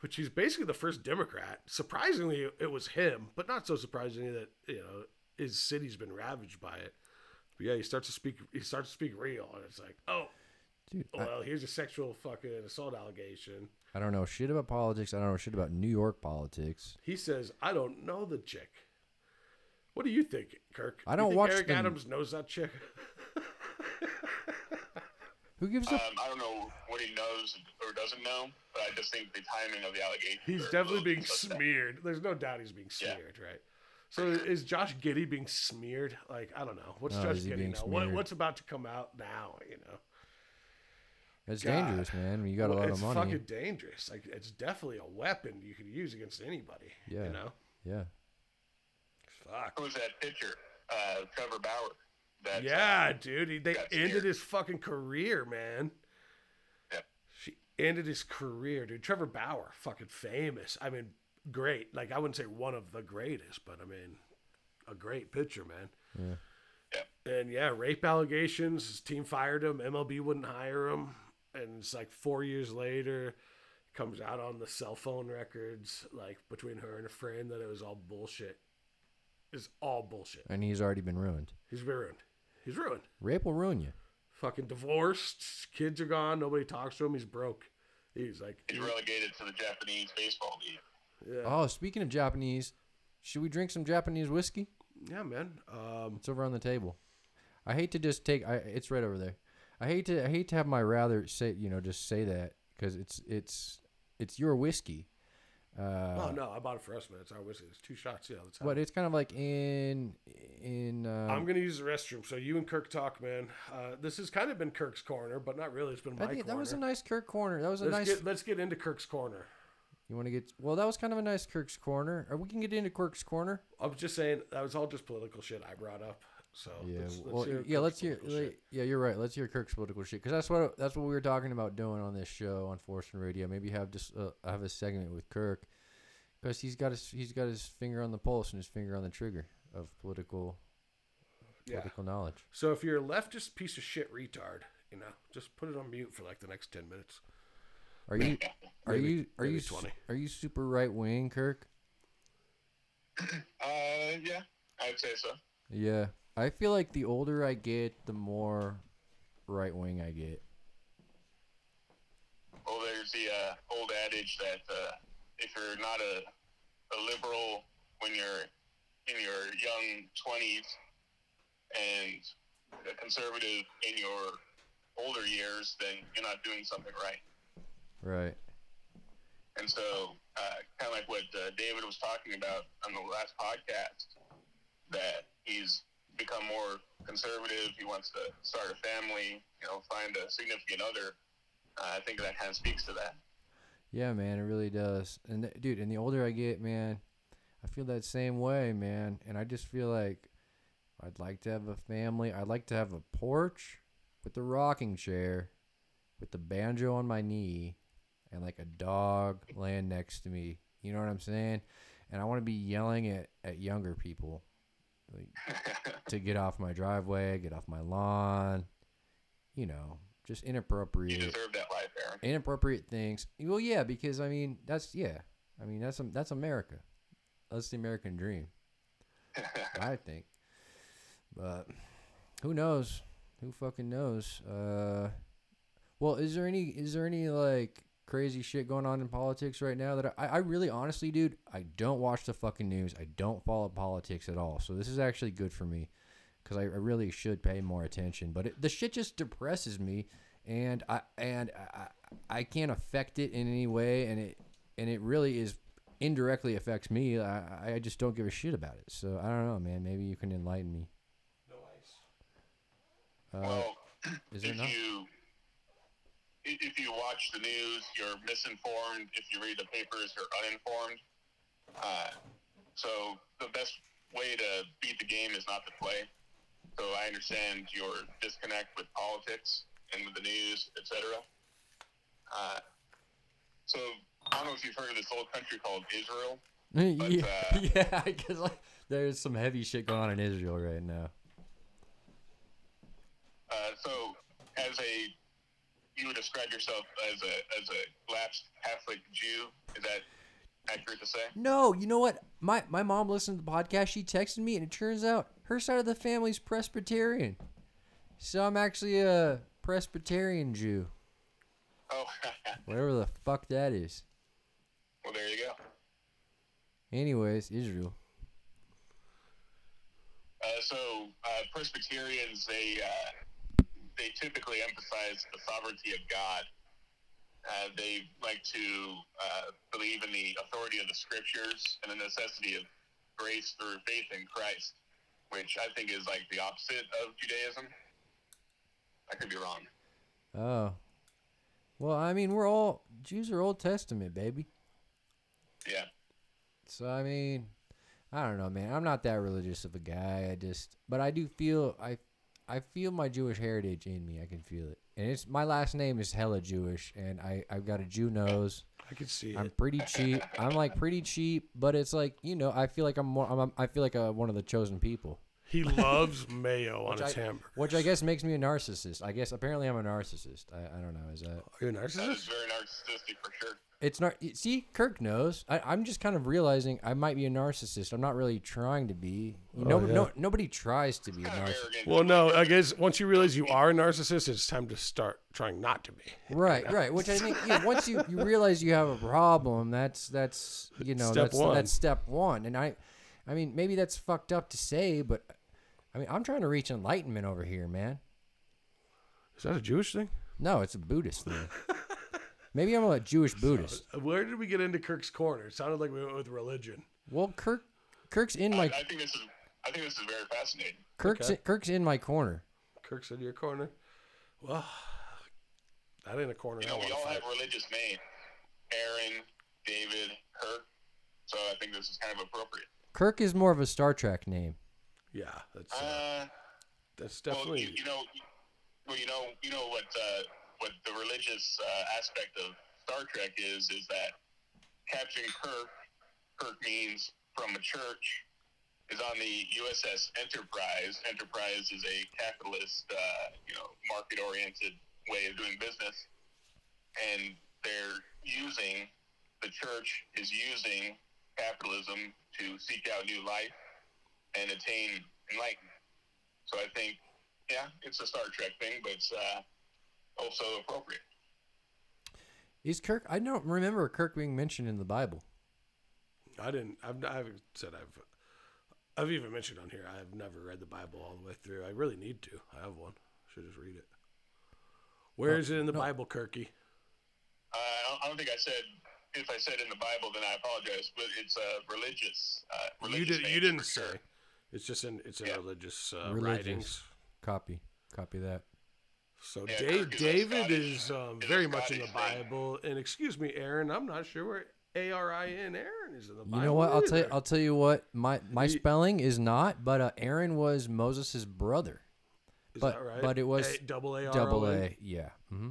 Speaker 1: Which he's basically the first Democrat. Surprisingly, it was him, but not so surprisingly that you know his city's been ravaged by it. But yeah, he starts to speak. He starts to speak real, and it's like, oh,
Speaker 2: Dude, I,
Speaker 1: well, here's a sexual fucking assault allegation.
Speaker 2: I don't know shit about politics. I don't know shit about New York politics.
Speaker 1: He says, "I don't know the chick." What do you think, Kirk?
Speaker 2: I
Speaker 1: You
Speaker 2: don't
Speaker 1: think
Speaker 2: watch
Speaker 1: Eric
Speaker 2: the-
Speaker 1: Adams knows that chick.
Speaker 2: Who gives a
Speaker 3: Um, I don't know what he knows or doesn't know, but I just think the timing of the allegations.
Speaker 1: He's
Speaker 3: are a
Speaker 1: definitely
Speaker 3: little
Speaker 1: being
Speaker 3: suspect.
Speaker 1: smeared. There's no doubt he's being
Speaker 3: Yeah.
Speaker 1: smeared, right? So is Josh Giddy being smeared? Like I don't know. What's
Speaker 2: Oh,
Speaker 1: Josh
Speaker 2: is he
Speaker 1: Giddy
Speaker 2: being
Speaker 1: now? What,
Speaker 2: smeared?
Speaker 1: what's about to come out now? You know,
Speaker 2: It's
Speaker 1: Ah, God.
Speaker 2: dangerous, man. when You got a
Speaker 1: Well,
Speaker 2: lot
Speaker 1: it's
Speaker 2: of money.
Speaker 1: fucking dangerous. Like it's definitely a weapon you could use against anybody.
Speaker 2: Yeah.
Speaker 1: You know.
Speaker 2: Yeah.
Speaker 1: Fuck.
Speaker 3: Who was that pitcher? Uh, Trevor Bauer. That, uh,
Speaker 1: Yeah, dude. He, they
Speaker 3: That's
Speaker 1: ended
Speaker 3: weird.
Speaker 1: his fucking career, man.
Speaker 3: Yep.
Speaker 1: She ended his career, dude. Trevor Bauer, fucking famous. I mean, great. Like I wouldn't say one of the greatest, but I mean, a great pitcher, man.
Speaker 2: Yeah.
Speaker 1: And yeah, rape allegations. His team fired him. MLB wouldn't hire him. And it's like four years later, comes out on the cell phone records, like between her and a friend, that it was all bullshit. It's all bullshit.
Speaker 2: And he's already been ruined.
Speaker 1: He's ruined. He's ruined.
Speaker 2: Rape will ruin you.
Speaker 1: fucking divorced, kids are gone, nobody talks to him, he's broke. He's like,
Speaker 3: He's relegated to the Japanese baseball league.
Speaker 1: yeah,
Speaker 2: Oh, speaking of Japanese, should we drink some Japanese whiskey?
Speaker 1: yeah, man. Um,
Speaker 2: It's over on the table. I hate to just take. I, it's right over there. I hate to. I hate to have my rather say. You know, just say that because it's it's it's your whiskey. Uh,
Speaker 1: oh no, I bought it for us, man. It's our whiskey. It's two shots. Yeah, that's
Speaker 2: but it's kind of like in in. Um,
Speaker 1: Oh. I'm gonna use the restroom. So you and Kirk talk, man. Uh, this has kind of been Kirk's corner, but not really. It's been my
Speaker 2: I think
Speaker 1: corner.
Speaker 2: that was a nice Kirk corner. That was a
Speaker 1: let's
Speaker 2: nice.
Speaker 1: get let's get into Kirk's corner.
Speaker 2: you want to get well? That was kind of a nice Kirk's corner. Or we can get into Kirk's corner.
Speaker 1: I was just saying that was all just political shit I brought up. So
Speaker 2: Yeah,
Speaker 1: Oh, let's, let's
Speaker 2: well,
Speaker 1: hear
Speaker 2: yeah.
Speaker 1: Kirk's
Speaker 2: Let's hear.
Speaker 1: political shit.
Speaker 2: like- yeah, you're right. Let's hear Kirk's political shit because that's what that's what we were talking about doing on this show on Fortune Radio. Maybe have just uh, have a segment with Kirk because he's got his he's got his finger on the pulse and his finger on the trigger of political
Speaker 1: Yeah.
Speaker 2: political knowledge.
Speaker 1: So if you're a leftist piece of shit retard, you know, just put it on mute for like the next ten minutes.
Speaker 2: Are you are
Speaker 1: Maybe-
Speaker 2: you are
Speaker 1: maybe
Speaker 2: you su-
Speaker 1: 20.
Speaker 2: are you super right wing, Kirk?
Speaker 3: Uh, yeah, I'd say so.
Speaker 2: Yeah, I feel like the older I get, the more right wing I get.
Speaker 3: Well, there's the uh, old adage that uh, if you're not a, a liberal when you're in your young 20s and a conservative in your older years, then you're not doing something right.
Speaker 2: Right.
Speaker 3: And so, uh, kind of like what uh, David was talking about on the last podcast, that he's become more conservative. He wants to start a family, you know, find a significant other. Uh, I think that kind of speaks to that.
Speaker 2: Yeah, man, it really does. And th- dude, and the older I get, man, I feel that same way, man. And I just feel like I'd like to have a family. I'd like to have a porch with a rocking chair, with the banjo on my knee, and like a dog laying next to me. You know what I'm saying? And I want to be yelling at, at younger people like, to get off my driveway, get off my lawn, you know, just
Speaker 3: You
Speaker 2: inappropriate,
Speaker 3: deserve that life, Aaron.
Speaker 2: inappropriate things. Well, yeah, because I mean, that's yeah, I mean that's that's America, that's the American dream, I think. But who knows? Who fucking knows? Uh, well, is there any is there any like crazy shit going on in politics right now that I, I really honestly, dude, I don't watch the fucking news. I don't follow politics at all. So this is actually good for me because I, I really should pay more attention. But it, the shit just depresses me, and I and I, I I can't affect it in any way, and it and it really is indirectly affects me. I I just don't give a shit about it. So I don't know, man. Maybe you can enlighten me.
Speaker 1: No ice.
Speaker 2: Uh,
Speaker 3: well,
Speaker 2: is there
Speaker 3: if
Speaker 2: not?
Speaker 3: you i- if you watch the news, you're misinformed. If you read the papers, you're uninformed. Uh, so the best way to beat the game is not to play. So I understand your disconnect with politics and with the news, etc. Uh, so I don't know if you've heard of this little country called Israel.
Speaker 2: yeah,
Speaker 3: But, uh,
Speaker 2: yeah, because like, there's some heavy shit going on in Israel right now.
Speaker 3: Uh, so, as a, you would describe yourself as a as a lapsed Catholic Jew. Is that accurate to say?
Speaker 2: No, you know what? My my mom listened to the podcast. She texted me, and it turns out her side of the family's Presbyterian. So I'm actually a Presbyterian Jew,
Speaker 3: Oh,
Speaker 2: whatever the fuck that is.
Speaker 3: well, there you go.
Speaker 2: Anyways, Israel.
Speaker 3: Uh, so, uh, Presbyterians they uh, they typically emphasize the sovereignty of God. Uh, they like to uh, believe in the authority of the scriptures and the necessity of grace through faith in Christ, which I think is like the opposite of Judaism. I could be wrong.
Speaker 2: Oh, well, I mean, we're all Jews are Old Testament, baby.
Speaker 3: Yeah.
Speaker 2: So I mean, I don't know, man. I'm not that religious of a guy. I just, but I do feel I, I feel my Jewish heritage in me. I can feel it, and it's my last name is hella Jewish, and I I've got a Jew nose.
Speaker 1: I could see
Speaker 2: I'm
Speaker 1: it.
Speaker 2: pretty cheap. I'm like pretty cheap, but it's like you know, I feel like I'm more. I'm, I feel like a, one of the chosen people,
Speaker 1: He loves mayo on
Speaker 2: Which
Speaker 1: his
Speaker 2: I-
Speaker 1: hamburger.
Speaker 2: which I guess makes me a narcissist. I guess apparently I'm a narcissist. I, I don't know. Is that
Speaker 1: Are you a
Speaker 3: That is
Speaker 1: narcissist?
Speaker 3: very narcissistic for sure.
Speaker 2: It's not. y- See, Kirk knows. I, I'm just kind of realizing I might be a narcissist. I'm not really trying to be. You know,
Speaker 1: Oh, yeah.
Speaker 2: no, nobody tries to be a
Speaker 3: Kind of
Speaker 2: narcissist.
Speaker 3: arrogant.
Speaker 1: Well, no. I guess once you realize you are a narcissist, it's time to start trying not to be.
Speaker 2: Right, right. Which I think yeah, once you, you realize you have a problem, that's that's you know
Speaker 1: Step
Speaker 2: that's
Speaker 1: one.
Speaker 2: that's step one. And I, I mean, maybe that's fucked up to say, but I mean, I'm trying to reach enlightenment over here, man.
Speaker 1: Is that a Jewish thing?
Speaker 2: No, it's a Buddhist thing. maybe I'm a Jewish Buddhist.
Speaker 1: Uh, Where did we get into Kirk's corner? It sounded like we went with religion.
Speaker 2: Well, Kirk, Kirk's in
Speaker 3: I,
Speaker 2: my
Speaker 3: I think this is. I think this is very fascinating.
Speaker 2: Kirk's
Speaker 1: okay.
Speaker 2: Kirk's in my corner.
Speaker 1: Kirk's in your corner. Well, that ain't a corner.
Speaker 3: You
Speaker 1: I
Speaker 3: know, we
Speaker 1: wanna
Speaker 3: all
Speaker 1: fight.
Speaker 3: have religious names: Aaron, David, Kirk. So I think this is kind of appropriate.
Speaker 2: Kirk is more of a Star Trek name.
Speaker 1: yeah, that's uh,
Speaker 3: Uh,
Speaker 1: that's
Speaker 3: well,
Speaker 1: definitely.
Speaker 3: you, you know, well, you know, you know what uh, what the religious uh, aspect of Star Trek is is that Captain Kirk, Kirk means from a church, is on the USS Enterprise. Enterprise is a capitalist, uh, you know, market-oriented way of doing business, and they're using the church is using capitalism to seek out new life and attain enlightenment. So I think, yeah, it's a Star Trek thing, but it's uh, also appropriate.
Speaker 2: Is Kirk? I don't remember Kirk being mentioned in the Bible.
Speaker 1: I didn't. I've, I haven't said I've. I've even mentioned on here. I've never read the Bible all the way through. I really need to. I have one. Should just read it. Where
Speaker 2: Oh,
Speaker 1: is it in the
Speaker 2: no.
Speaker 1: Bible, Kirky?
Speaker 3: Uh, I, don't, I don't think I said. If I said in the Bible, then I apologize, but it's uh, religious. Uh,
Speaker 1: You
Speaker 3: religious
Speaker 1: did.
Speaker 3: names
Speaker 1: You didn't
Speaker 3: for
Speaker 1: say.
Speaker 3: sure.
Speaker 1: It's just in. It's in
Speaker 3: Yeah.
Speaker 1: religious, uh,
Speaker 2: Religious.
Speaker 1: writings.
Speaker 2: Copy, copy that.
Speaker 1: So
Speaker 3: Yeah,
Speaker 1: Dave,
Speaker 3: Kirk is a
Speaker 1: David
Speaker 3: Scottish-
Speaker 1: is um,
Speaker 3: is a
Speaker 1: very much in the
Speaker 3: Scottish thing.
Speaker 1: Bible. And excuse me, Aaron, I'm not sure where A R I N Aaron is in the Bible.
Speaker 2: You know what? I'll tell you.
Speaker 1: either.
Speaker 2: I'll tell you what. My my
Speaker 1: You-
Speaker 2: spelling is not, but uh, Aaron was Moses' brother.
Speaker 1: Is
Speaker 2: but-
Speaker 1: that right?
Speaker 2: but it was
Speaker 1: A- double A R
Speaker 2: Double
Speaker 1: O N,
Speaker 2: A, yeah. hmm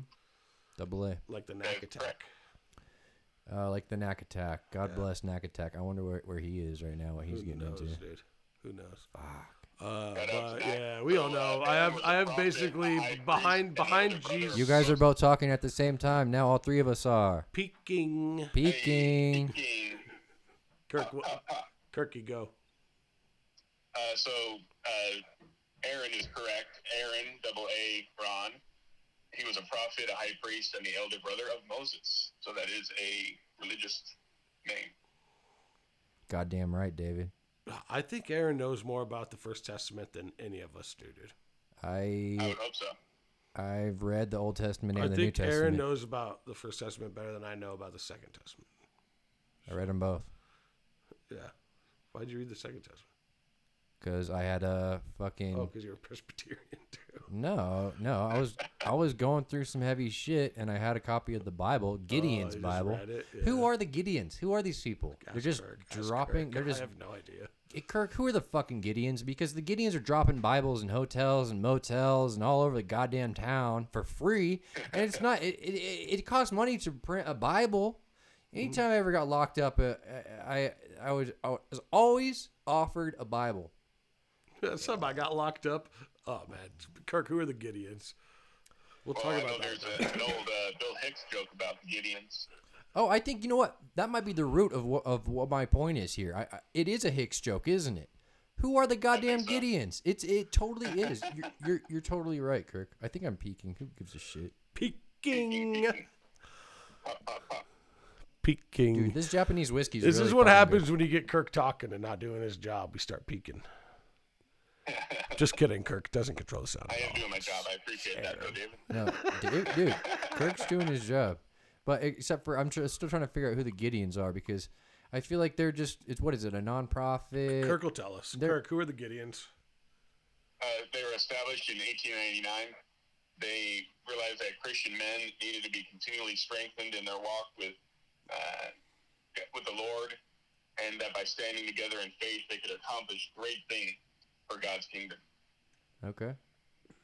Speaker 2: Double A,
Speaker 1: like the knack attack.
Speaker 2: uh, like the Knack Attack. God
Speaker 1: Yeah.
Speaker 2: bless Knack Attack. I wonder where, where he is right now. What Oh, he's
Speaker 1: Who
Speaker 2: getting
Speaker 1: knows,
Speaker 2: into.
Speaker 1: dude? Who knows?
Speaker 2: Fuck.
Speaker 1: Uh,
Speaker 3: Shut up,
Speaker 1: but
Speaker 3: Zach.
Speaker 1: yeah, we all know. I have I have basically behind behind Jesus
Speaker 2: You guys are both talking at the same time. Now all three of us are
Speaker 1: peeking.
Speaker 2: peeking.
Speaker 3: King.
Speaker 1: Kirk, what, Kirk, you go.
Speaker 3: Uh, so uh, Aaron is correct. Aaron, double A, Ron. He was a prophet, a high priest, and the elder brother of Moses. So that is a religious name.
Speaker 2: Goddamn right, David.
Speaker 1: I think Aaron knows more about the First Testament than any of us do, dude.
Speaker 3: I
Speaker 2: I
Speaker 3: would hope so.
Speaker 2: I've read the Old Testament
Speaker 1: I
Speaker 2: and the New
Speaker 1: think Aaron
Speaker 2: Testament.
Speaker 1: knows about the First Testament better than I know about the Second Testament.
Speaker 2: I read them both
Speaker 1: Yeah. Why'd you read the Second Testament?
Speaker 2: because I had a fucking
Speaker 1: Oh, because you're a Presbyterian, too.
Speaker 2: no, no. I was I was going through some heavy shit, and I had a copy of the Bible,
Speaker 1: Oh, you
Speaker 2: Gideon's
Speaker 1: just
Speaker 2: Bible.
Speaker 1: read it?
Speaker 2: Who
Speaker 1: Yeah.
Speaker 2: are the Gideons? Who are these people? they're
Speaker 1: Ask
Speaker 2: just
Speaker 1: Kirk, ask
Speaker 2: dropping.
Speaker 1: Kirk.
Speaker 2: They're just
Speaker 1: I have no idea.
Speaker 2: Hey, Kirk, who are the fucking Gideons? Because the Gideons are dropping Bibles in hotels and motels and all over the goddamn town for free, and it's not. It it, it it costs money to print a Bible. Anytime I ever got locked up, uh, I I I was, I was always offered a Bible.
Speaker 1: Somebody got locked up. Oh man, Kirk, who are the Gideons? We'll
Speaker 3: Well,
Speaker 1: talk
Speaker 3: Oh, I know
Speaker 1: about
Speaker 3: there's
Speaker 1: that.
Speaker 3: a, an old uh, Bill Hicks joke about Gideons.
Speaker 2: Oh, I think you know what? That might be the root of what of what my point is here. I, I it is a Hicks joke, isn't it? Who are the goddamn
Speaker 3: so.
Speaker 2: Gideons? It's it totally is. You're, you're you're totally right, Kirk. I think I'm peeking. Who gives a shit?
Speaker 1: Peking,
Speaker 3: Pop, pop, pop.
Speaker 1: peeking.
Speaker 2: Dude, this Japanese whiskey
Speaker 1: this is what happens when you get Kirk talking and not doing his job. We start peeking. Just kidding. Kirk doesn't control the sound.
Speaker 3: I
Speaker 1: at
Speaker 3: am
Speaker 1: all.
Speaker 3: doing my job. I appreciate that, though, David.
Speaker 2: No, dude, dude, Kirk's doing his job, but except for I'm tr- still trying to figure out who the Gideons are because I feel like they're just it's what is it a nonprofit?
Speaker 1: Kirk will tell us.
Speaker 2: They're-
Speaker 1: Kirk, who are the Gideons?
Speaker 3: Uh, they were established in 1899. They realized that Christian men needed to be continually strengthened in their walk with uh, with the Lord, and that by standing together in faith, they could accomplish great things for God's kingdom.
Speaker 2: Okay,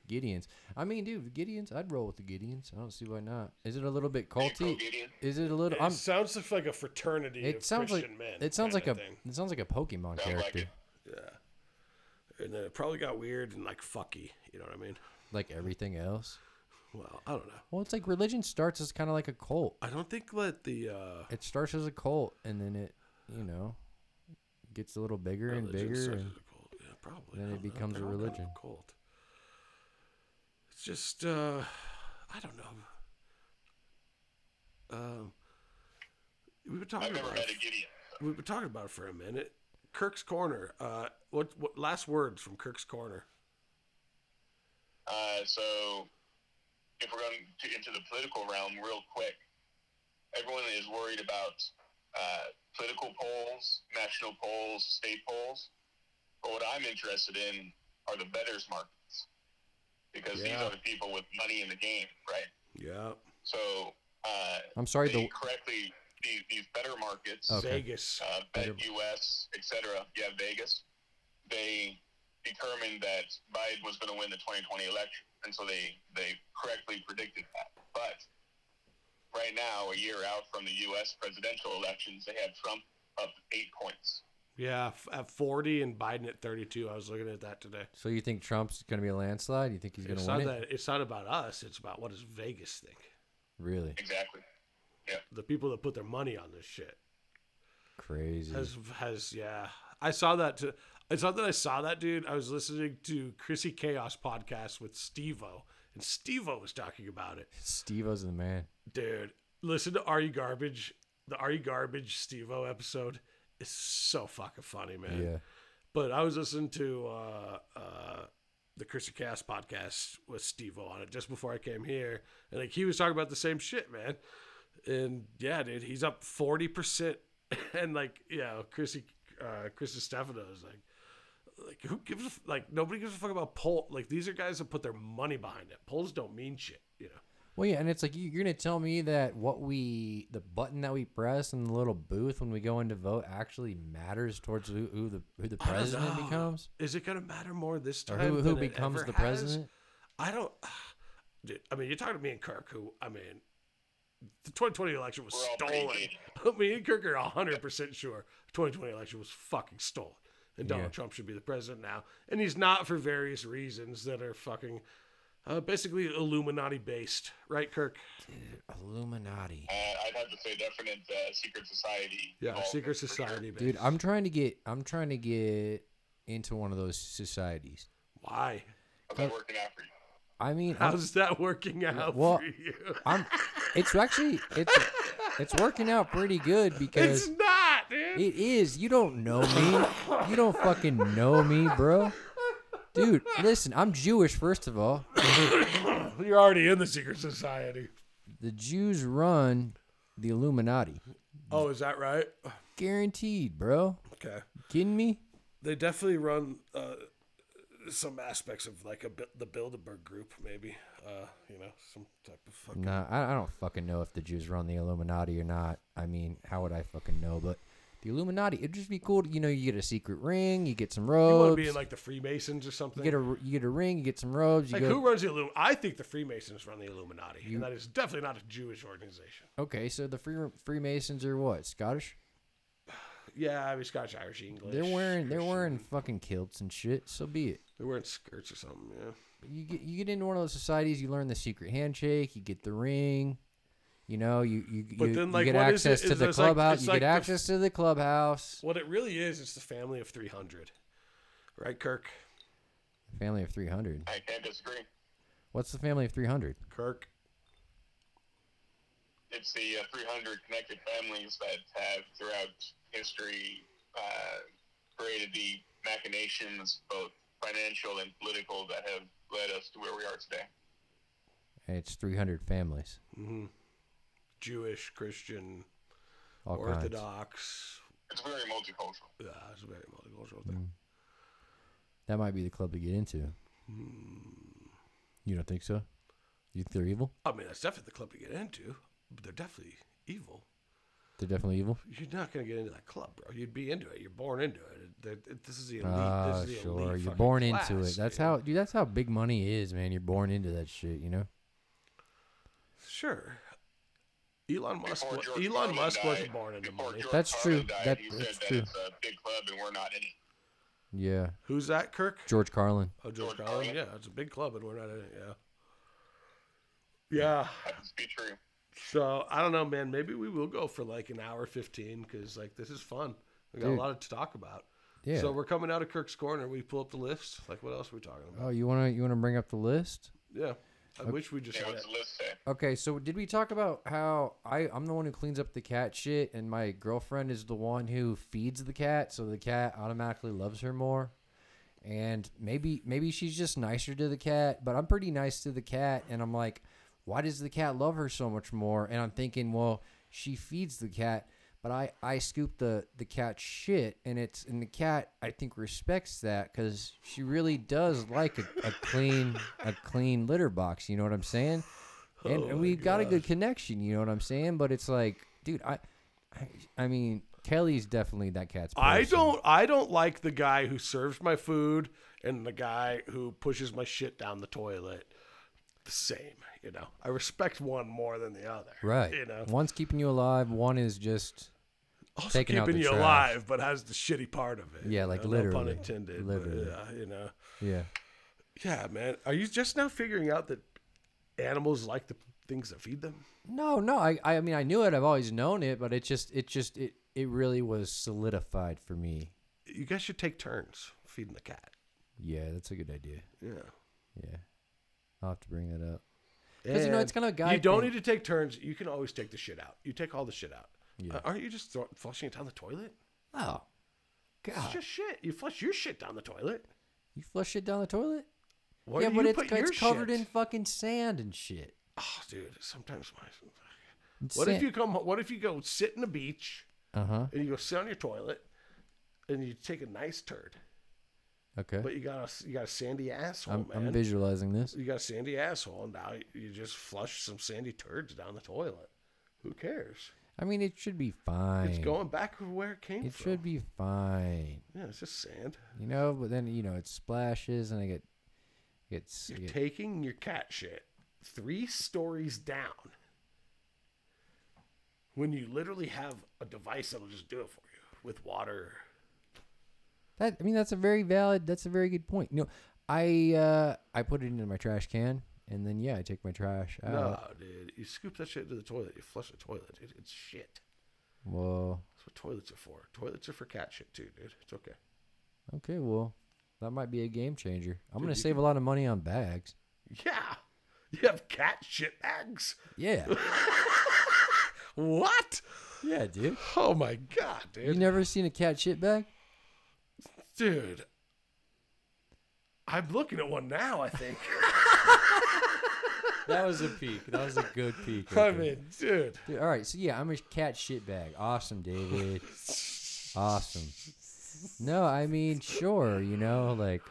Speaker 2: Gideons. I mean, dude, Gideons. I'd roll with the Gideons. I don't see why not. Is it a little bit
Speaker 3: Are you pro
Speaker 2: culty?
Speaker 3: Gideon?
Speaker 2: Is it a little?
Speaker 1: It
Speaker 2: I'm.
Speaker 1: sounds just like a fraternity
Speaker 2: It
Speaker 1: of
Speaker 2: sounds like
Speaker 1: Christian men.
Speaker 2: it sounds like
Speaker 1: kinda
Speaker 2: a
Speaker 1: thing.
Speaker 2: it sounds like a Pokemon
Speaker 3: Sounds like
Speaker 2: character.
Speaker 3: it.
Speaker 1: yeah. And then it probably got weird and like fucky. You know what I mean?
Speaker 2: Like everything else.
Speaker 1: Well, I don't know.
Speaker 2: Well, it's like religion starts as kind of like a cult.
Speaker 1: I don't think that the uh,
Speaker 2: It starts as a cult, and then it, you know, gets a little bigger and
Speaker 1: religion
Speaker 2: bigger.
Speaker 1: started
Speaker 2: and-
Speaker 1: as a cult. Yeah, probably.
Speaker 2: then
Speaker 1: I
Speaker 2: it
Speaker 1: don't know.
Speaker 2: becomes
Speaker 1: They're
Speaker 2: a
Speaker 1: all kind of
Speaker 2: religion.
Speaker 1: cult. It's just, uh, I don't know. Um, we've been talking
Speaker 3: I've never
Speaker 1: about
Speaker 3: met
Speaker 1: it.
Speaker 3: a Gideon.
Speaker 1: We've been talking about it for a minute. Kirk's corner. Uh, what, what last words from Kirk's corner?
Speaker 3: Uh, so, if we're going to, into the political realm real quick, everyone is worried about uh, political polls, national polls, state polls. But what I'm interested in are the betters markets because these
Speaker 1: Yeah.
Speaker 3: are the people with money in the game, right?
Speaker 1: Yeah,
Speaker 3: So, uh,
Speaker 2: I'm sorry.
Speaker 3: they
Speaker 2: The
Speaker 3: correctly these, these better markets
Speaker 2: Okay.
Speaker 1: Vegas.
Speaker 3: uh,
Speaker 2: Better-
Speaker 3: Bet US, etc. Yeah, Vegas. They determined that Biden was going to win the 2020 election, and so they they correctly predicted that. But right now, a year out from the U.S. presidential elections, they have Trump up eight points.
Speaker 1: Yeah, f- at forty and Biden at thirty-two. I was looking at that today.
Speaker 2: so you think Trump's gonna be a landslide? You think he's gonna
Speaker 1: It's
Speaker 2: win
Speaker 1: not
Speaker 2: it?
Speaker 1: that. It's not about us. It's about what does Vegas think?
Speaker 2: Really
Speaker 3: Exactly.
Speaker 1: The people that put their money on this shit.
Speaker 2: crazy.
Speaker 1: has has yeah. I saw that. Too. It's not that I saw that, dude. I was listening to Chrissy Chaos podcast with Stevo, and Stevo was talking about it,
Speaker 2: Steve-O's the man.
Speaker 1: dude. Listen to Are You Garbage? The Are You Garbage Stevo episode is so fucking funny, man.
Speaker 2: Yeah.
Speaker 1: But I was listening to uh, uh, the Chrissy Chaos podcast with Stevo on it just before I came here, and like he was talking about the same shit, man. And yeah, dude, he's up forty percent, and like you know, Chrissy, uh, Chrissy Stefano is like, like who gives a f- like nobody gives a fuck about poll. Like these are guys that put their money behind it. Polls don't mean shit, you know.
Speaker 2: Well, yeah, and it's like you, you're gonna tell me that what we, the button that we press in the little booth when we go in to vote, actually matters towards who, who the who the
Speaker 1: I don't
Speaker 2: president
Speaker 1: know.
Speaker 2: becomes
Speaker 1: Oh, Is it gonna matter more this
Speaker 2: or
Speaker 1: time?
Speaker 2: who who
Speaker 1: than it
Speaker 2: becomes
Speaker 1: ever
Speaker 2: the
Speaker 1: has?
Speaker 2: president.
Speaker 1: I don't. Dude, I mean, you're talking to me and Kirk, who I mean, the 2020 election was
Speaker 3: We're all pretty
Speaker 1: stolen.
Speaker 3: engaged.
Speaker 1: I mean, and Kirk are 100 percent sure the 2020 election was fucking stolen. and Donald
Speaker 2: Yeah.
Speaker 1: Trump should be the president now. And he's not for various reasons that are fucking uh, basically Illuminati based, right, Kirk?
Speaker 2: Illuminati.
Speaker 3: Uh, I'd have to say definite uh, secret society.
Speaker 1: Yeah,
Speaker 3: involvement
Speaker 1: secret
Speaker 3: Oh, for sure.
Speaker 1: society based.
Speaker 2: Dude, I'm trying to get I'm trying to get into one of those societies.
Speaker 1: Why?
Speaker 3: How's that working out for you?
Speaker 2: I mean, I'm,
Speaker 1: How's that working out
Speaker 2: Well,
Speaker 1: for you?
Speaker 2: I'm it's actually it's it's working out pretty good because
Speaker 1: It's not, dude.
Speaker 2: It is. You don't know me. You don't fucking know me, bro. Dude, listen, I'm Jewish, first of all.
Speaker 1: You're already in the secret society.
Speaker 2: The Jews run the Illuminati.
Speaker 1: Oh, is that right?
Speaker 2: Guaranteed, bro.
Speaker 1: Okay.
Speaker 2: Kidding me?
Speaker 1: They definitely run uh, some aspects of like a bu- the Bilderberg group, maybe. Uh, you know, some type of fucking.
Speaker 2: Nah, I, I don't fucking know if the Jews run the Illuminati or not. I mean, how would I fucking know? But the Illuminati, it'd just be cool. To, you know, you get a secret ring, you get some
Speaker 1: You want to
Speaker 2: robes.
Speaker 1: be in
Speaker 2: You,
Speaker 1: like the Freemasons or something?
Speaker 2: get a you get a ring, you get some robes. You
Speaker 1: like
Speaker 2: go,
Speaker 1: who runs the Illuminati? I think the Freemasons run the Illuminati, and that is definitely not a Jewish organization.
Speaker 2: okay, so the Free, Freemasons are what Scottish?
Speaker 1: Yeah, I mean Scottish, Irish, English.
Speaker 2: They're wearing they're
Speaker 1: Christian.
Speaker 2: wearing fucking kilts and shit. So be it.
Speaker 1: they're wearing skirts or something. Yeah.
Speaker 2: you get you get into one of those societies, you learn the secret handshake, you get the ring, you know, you you,
Speaker 1: But
Speaker 2: you,
Speaker 1: then,
Speaker 2: you
Speaker 1: like,
Speaker 2: get
Speaker 1: what is it?
Speaker 2: access to
Speaker 1: Is
Speaker 2: the
Speaker 1: this like-
Speaker 2: clubhouse,
Speaker 1: it's
Speaker 2: you
Speaker 1: like
Speaker 2: get
Speaker 1: the-
Speaker 2: access to the clubhouse.
Speaker 1: What it really is, it's the family of three hundred, right, Kirk?
Speaker 2: Family of three hundred.
Speaker 3: I can't disagree.
Speaker 2: What's the family of three hundred?
Speaker 1: Kirk.
Speaker 3: It's the uh, 300 connected families that have throughout history uh, created the machinations, both financial and political, that have led us to where we are today.
Speaker 2: It's three hundred families,
Speaker 1: Mm-hmm. Jewish, Christian,
Speaker 2: all kinds.
Speaker 1: Orthodox.
Speaker 3: It's very multicultural.
Speaker 1: Yeah, it's a very multicultural thing.
Speaker 2: That might be the club to get into.
Speaker 1: Hmm.
Speaker 2: You don't think so? You think they're evil?
Speaker 1: I mean, that's definitely the club to get into, but they're definitely evil.
Speaker 2: They're definitely evil.
Speaker 1: You're not going to get into that club, bro. You'd be into it. You're born into it. It- it- This is the elite.
Speaker 2: Ah,
Speaker 1: this is the
Speaker 2: sure.
Speaker 1: elite
Speaker 2: You're
Speaker 1: fucking
Speaker 2: born
Speaker 1: class,
Speaker 2: into it. That's
Speaker 1: dude.
Speaker 2: how, dude. That's how big money is, man. You're born into that shit. You know.
Speaker 1: Sure. Elon Musk.
Speaker 3: Before
Speaker 1: wa-
Speaker 3: George
Speaker 1: Elon
Speaker 3: Carlin
Speaker 1: Musk wasn't
Speaker 3: died-
Speaker 1: born into
Speaker 3: before
Speaker 1: money.
Speaker 3: George
Speaker 2: That's
Speaker 3: Carlin
Speaker 2: true. That-
Speaker 3: he
Speaker 2: that's
Speaker 3: said that
Speaker 2: true.
Speaker 3: it's a big club and we're not in it.
Speaker 2: Yeah.
Speaker 1: Who's that, Kirk?
Speaker 2: George Carlin.
Speaker 1: Oh, George
Speaker 3: George
Speaker 1: Carlin.
Speaker 3: Carlin.
Speaker 1: Yeah, it's a big club, and we're not in it. Yeah. Yeah.
Speaker 3: Happens to be true.
Speaker 1: So I don't know, man. Maybe we will go for like an hour fifteen because like this is fun. We got
Speaker 2: Dude.
Speaker 1: a lot to talk about.
Speaker 2: Yeah.
Speaker 1: So we're coming out of Kirk's corner. We pull up the list. Like what else are we talking about?
Speaker 2: Oh, you wanna you wanna bring up the list?
Speaker 1: yeah. I wish we just
Speaker 3: Yeah,
Speaker 1: had
Speaker 3: what's
Speaker 1: it.
Speaker 3: the list say?
Speaker 2: Okay, so did we talk about how I I'm the one who cleans up the cat shit, and my girlfriend is the one who feeds the cat, so the cat automatically loves her more. And maybe maybe she's just nicer to the cat, but I'm pretty nice to the cat, and I'm like, why does the cat love her so much more? And I'm thinking, well, she feeds the cat, but I I scoop the the cat shit, and it's and the cat I think respects that because she really does like a, a clean a clean litter box. You know what I'm saying? and,
Speaker 1: Oh my
Speaker 2: and we've got a good connection. You know what I'm saying? But it's like, dude, I, I, I mean, Kelly's definitely that cat's. Person.
Speaker 1: I don't I don't like the guy who serves my food and the guy who pushes my shit down the toilet. The same, you know. I respect one more than the other.
Speaker 2: Right.
Speaker 1: You know.
Speaker 2: One's keeping you alive. One is just
Speaker 1: also
Speaker 2: taking out
Speaker 1: keeping
Speaker 2: the
Speaker 1: you
Speaker 2: trash.
Speaker 1: alive, but has the shitty part of it.
Speaker 2: Yeah,
Speaker 1: you
Speaker 2: like
Speaker 1: know, No pun
Speaker 2: literally.
Speaker 1: intended. but,
Speaker 2: Literally.
Speaker 1: yeah, you know.
Speaker 2: yeah.
Speaker 1: Yeah, man. Are you just now figuring out that animals like the things that feed them?
Speaker 2: No, no. I, I mean, I knew it. I've always known it, but it just, it just, it, it really was solidified for me.
Speaker 1: You guys should take turns feeding the cat.
Speaker 2: Yeah, that's a good idea.
Speaker 1: Yeah.
Speaker 2: Yeah, I'll have to bring that up. 'Cause, you know, it's
Speaker 1: And
Speaker 2: kinda a guy
Speaker 1: You don't
Speaker 2: thing.
Speaker 1: need to take turns. You can always take the shit out. You take all the shit out.
Speaker 2: Yeah.
Speaker 1: Uh, aren't you just throw, flushing it down the toilet?
Speaker 2: Oh,
Speaker 1: It's
Speaker 2: God!
Speaker 1: just shit. You flush your shit down the toilet.
Speaker 2: You flush it down the toilet?
Speaker 1: Where
Speaker 2: yeah,
Speaker 1: do
Speaker 2: but
Speaker 1: you
Speaker 2: it's,
Speaker 1: put your
Speaker 2: it's covered
Speaker 1: shit?
Speaker 2: in fucking sand and shit.
Speaker 1: Oh, dude. Sometimes my.
Speaker 2: It's
Speaker 1: What if
Speaker 2: sand-
Speaker 1: you come? What if you go sit in the beach
Speaker 2: Uh-huh.
Speaker 1: and you go sit on your toilet, and you take a nice turd,
Speaker 2: Okay.
Speaker 1: but you got a you got a sandy asshole,
Speaker 2: I'm,
Speaker 1: man.
Speaker 2: I'm visualizing this.
Speaker 1: you got a sandy asshole, and now you just flush some sandy turds down the toilet. Who cares?
Speaker 2: I mean, it should be fine.
Speaker 1: It's going back to where it came
Speaker 2: It
Speaker 1: from.
Speaker 2: should be fine,
Speaker 1: Yeah, it's just sand.
Speaker 2: you know. But then you know it splashes, and I get gets
Speaker 1: You're
Speaker 2: get,
Speaker 1: taking your cat shit three stories down when you literally have a device that'll just do it for you with water.
Speaker 2: That I mean, that's a very valid. That's a very good point. You know, I uh, I put it into my trash can, and then yeah, I take my trash out.
Speaker 1: No, dude. You scoop that shit into the toilet. You flush the toilet. Dude. It's shit.
Speaker 2: Well,
Speaker 1: That's what toilets are for. Toilets are for cat shit too, dude. It's okay.
Speaker 2: okay, well, that might be a game changer. I'm gonna
Speaker 1: you
Speaker 2: save a lot of money on bags.
Speaker 1: Yeah. You have cat shit bags.
Speaker 2: Yeah,
Speaker 1: What?
Speaker 2: yeah, dude.
Speaker 1: Oh my god,
Speaker 2: You
Speaker 1: dude.
Speaker 2: never seen a cat shit bag?
Speaker 1: Dude. I'm looking at one now, I think.
Speaker 2: That was a peak. That was a good peak.
Speaker 1: I mean, dude.
Speaker 2: Dude, all right, so yeah, I'm a cat shit bag. Awesome, David. awesome. No, I mean, sure, you know, like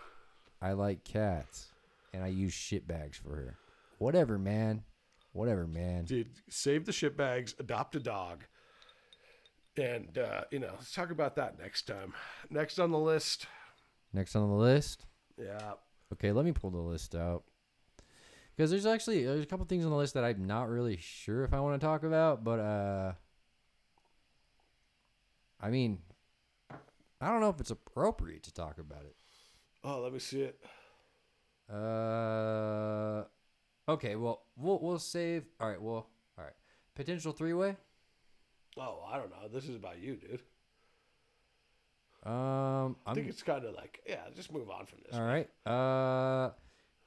Speaker 2: I like cats, and I use shit bags for her. Whatever, man. Whatever, man.
Speaker 1: Dude, save the shit bags, adopt a dog. And uh, you know, let's talk about that next time. Next on the list.
Speaker 2: Next on the list.
Speaker 1: Yeah.
Speaker 2: Okay, let me pull the list out. Because there's actually there's a couple things on the list that I'm not really sure if I want to talk about, but uh I mean I don't know if it's appropriate to talk about it.
Speaker 1: Oh, let me see it.
Speaker 2: Uh Okay, well we'll we'll save all right, well all right. Potential three way?
Speaker 1: Oh, I don't know. This is about you, dude.
Speaker 2: Um
Speaker 1: I think
Speaker 2: I'm
Speaker 1: it's kind of like, yeah, just move on from this.
Speaker 2: all right. Uh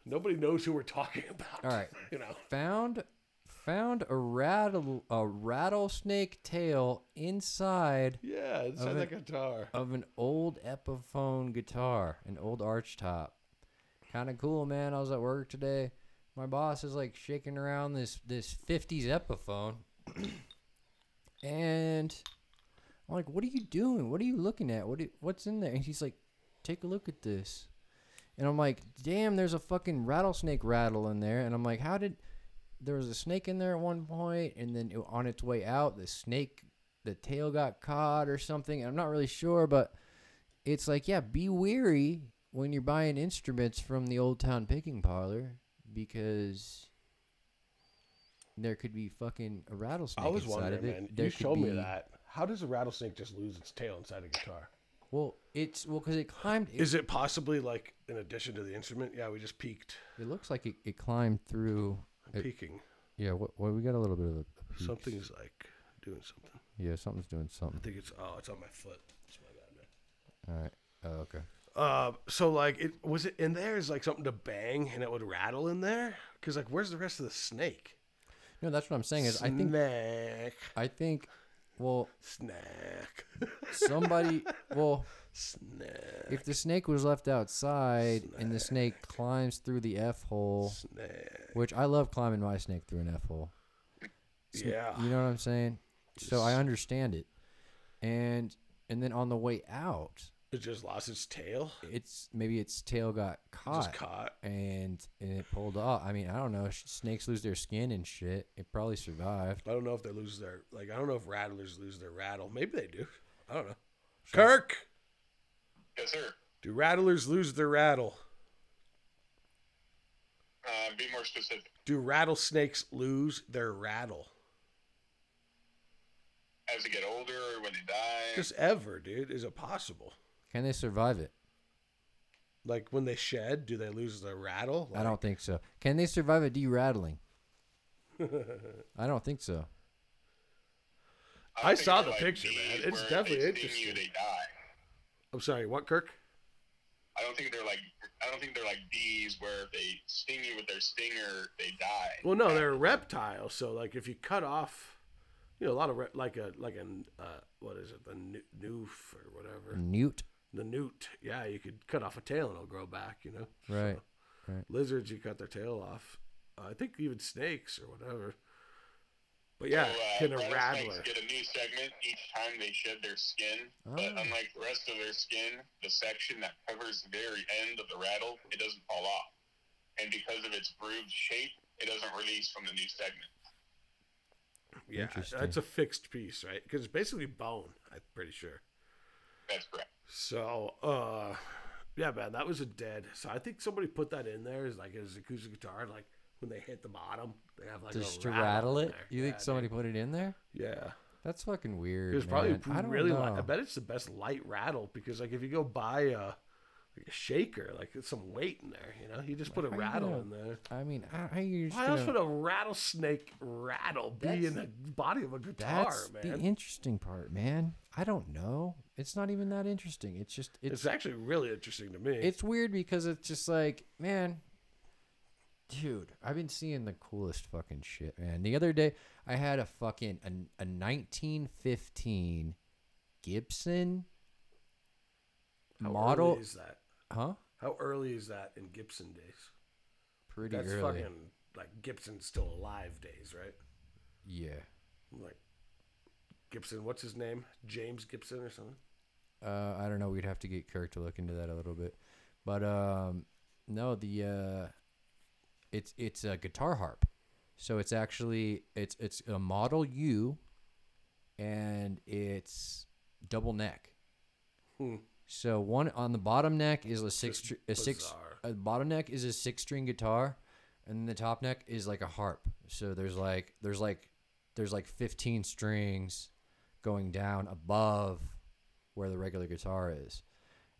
Speaker 1: Nobody knows who we're talking about.
Speaker 2: All right.
Speaker 1: You know,
Speaker 2: found found a rattle a rattlesnake tail inside
Speaker 1: yeah, inside
Speaker 2: Okay.
Speaker 1: that guitar.
Speaker 2: of an old Epiphone guitar, an old arch top. Kind of cool, man. I was at work today. My boss is like shaking around this this 50s Epiphone. and I'm like, "What are you doing? What are you looking at? What do- what's in there?" And he's like, "Take a look at this." And I'm like, "Damn, there's a fucking rattlesnake rattle in there." And I'm like, "How did there was a snake in there at one point and then it- on its way out the snake the tail got caught or something. I'm not really sure, but it's like, yeah, be weary when you're buying instruments from the old town picking parlor because there could be fucking a rattlesnake
Speaker 1: I was
Speaker 2: inside
Speaker 1: wondering,
Speaker 2: of it.
Speaker 1: man.
Speaker 2: There
Speaker 1: you
Speaker 2: could
Speaker 1: showed me
Speaker 2: be-
Speaker 1: that. How does a rattlesnake just lose its tail inside a guitar?
Speaker 2: Well, it's well because it climbed. It,
Speaker 1: Is it possibly like an addition to the instrument? Yeah, we just peaked.
Speaker 2: it looks like it, it climbed through. It-
Speaker 1: Peaking.
Speaker 2: Yeah, what, what we got a little bit of a a peak.
Speaker 1: Something's like doing something.
Speaker 2: Yeah, something's doing
Speaker 1: I
Speaker 2: something.
Speaker 1: think it's oh, it's on my foot. It's my bad, man.
Speaker 2: All right. Oh, okay.
Speaker 1: Uh, so like, it was it in there? Is like something to bang and it would rattle in there? Because like, where's the rest of the snake?
Speaker 2: No, that's what I'm saying is I think
Speaker 1: Snack.
Speaker 2: I think, well,
Speaker 1: Snack.
Speaker 2: somebody well
Speaker 1: Snack.
Speaker 2: if the snake was left outside and the snake climbs through the f hole
Speaker 1: Snack.
Speaker 2: which i love climbing my snake through an f hole
Speaker 1: Yeah.
Speaker 2: you know what i'm saying so i understand it and and then on the way out
Speaker 1: It just lost its tail.
Speaker 2: it's maybe its tail got caught
Speaker 1: Just caught.
Speaker 2: and and it pulled off i mean i don't know sh- snakes lose their skin and shit it probably survived
Speaker 1: I don't know if they lose their like. I don't know if rattlers lose their rattle. Maybe they do. I don't know. Kirk,
Speaker 3: Yes, sir.
Speaker 1: do rattlers lose their rattle?
Speaker 3: Uh, be more specific.
Speaker 1: Do rattlesnakes lose their rattle?
Speaker 3: As they get older or when they die.
Speaker 1: Just ever, dude. Is it possible?
Speaker 2: can they survive it
Speaker 1: Like when they shed, do they lose their rattle?
Speaker 2: i don't think so can they survive a derattling i don't think so
Speaker 3: don't
Speaker 1: I
Speaker 3: think
Speaker 1: saw
Speaker 3: they're
Speaker 1: the picture, man.
Speaker 3: these
Speaker 1: It's
Speaker 3: where if
Speaker 1: definitely
Speaker 3: they sting You,
Speaker 1: interesting.
Speaker 3: they die.
Speaker 1: I'm sorry. What, Kirk?
Speaker 3: I don't think they're like. I don't think they're like bees where if they sting you with their stinger, they die.
Speaker 1: Well, no, they're reptiles. So like, if you cut off, you know, a lot of re- like a like an uh, what is it? The nu- noof or whatever.
Speaker 2: newt
Speaker 1: The newt. Yeah, you could cut off a tail and it'll grow back. You know.
Speaker 2: right
Speaker 1: lizards you cut their tail off uh, i think even snakes or whatever but yeah can a
Speaker 3: Oh, uh, rattlesnakes
Speaker 1: rattler
Speaker 3: get a new segment each time they shed their skin, but
Speaker 1: Oh.
Speaker 2: Ah.
Speaker 3: unlike the rest of their skin, the section that covers the very end of the rattle, it doesn't fall off, and because of its grooved shape, it doesn't release from the new segment.
Speaker 1: yeah
Speaker 2: Interesting.
Speaker 1: that's a fixed piece right because it's basically bone i'm pretty sure
Speaker 3: That's correct.
Speaker 1: so uh yeah man that was a dead so i think somebody put that in there is like as acoustic guitar like when they hit the bottom they have like
Speaker 2: just
Speaker 1: a
Speaker 2: to rattle
Speaker 1: in
Speaker 2: it.
Speaker 1: there.
Speaker 2: You
Speaker 1: Yeah,
Speaker 2: think somebody put it in there?
Speaker 1: dude. yeah
Speaker 2: That's fucking weird.
Speaker 1: It was probably
Speaker 2: man. I don't
Speaker 1: really.
Speaker 2: know.
Speaker 1: Light. I bet it's the best light rattle because like if you go buy a, like a shaker, like it's some weight in there. You know, you just put a
Speaker 2: how you
Speaker 1: rattle
Speaker 2: gonna-
Speaker 1: in there.
Speaker 2: I mean, I, I you're just
Speaker 1: Why
Speaker 2: gonna,
Speaker 1: else would a rattlesnake rattle be in the body of a guitar,
Speaker 2: That's the
Speaker 1: man?
Speaker 2: interesting part, man. I don't know. It's not even that interesting. It's just it's
Speaker 1: it's actually really interesting to me.
Speaker 2: it's weird because it's just like, man, dude, I've been seeing the coolest fucking shit, man. The other day, I had a fucking a, a 1915 Gibson
Speaker 1: How
Speaker 2: model,
Speaker 1: early is that?
Speaker 2: huh?
Speaker 1: How early is that in Gibson days?
Speaker 2: Pretty
Speaker 1: That's
Speaker 2: early,
Speaker 1: fucking like Gibson's still alive days, right?
Speaker 2: yeah.
Speaker 1: Like Gibson, what's his name? James Gibson or something?
Speaker 2: Uh, I don't know. We'd have to get Kirk to look into that a little bit, but um, no, the uh, it's it's a guitar harp, so it's actually it's it's a Model U, and it's double neck.
Speaker 1: Hmm.
Speaker 2: So one on the bottom neck is a six str- a six
Speaker 1: bizarre.
Speaker 2: a bottom neck is a six string guitar, and the top neck is like a harp. So there's like there's like there's like 15 strings going down above where the regular guitar is,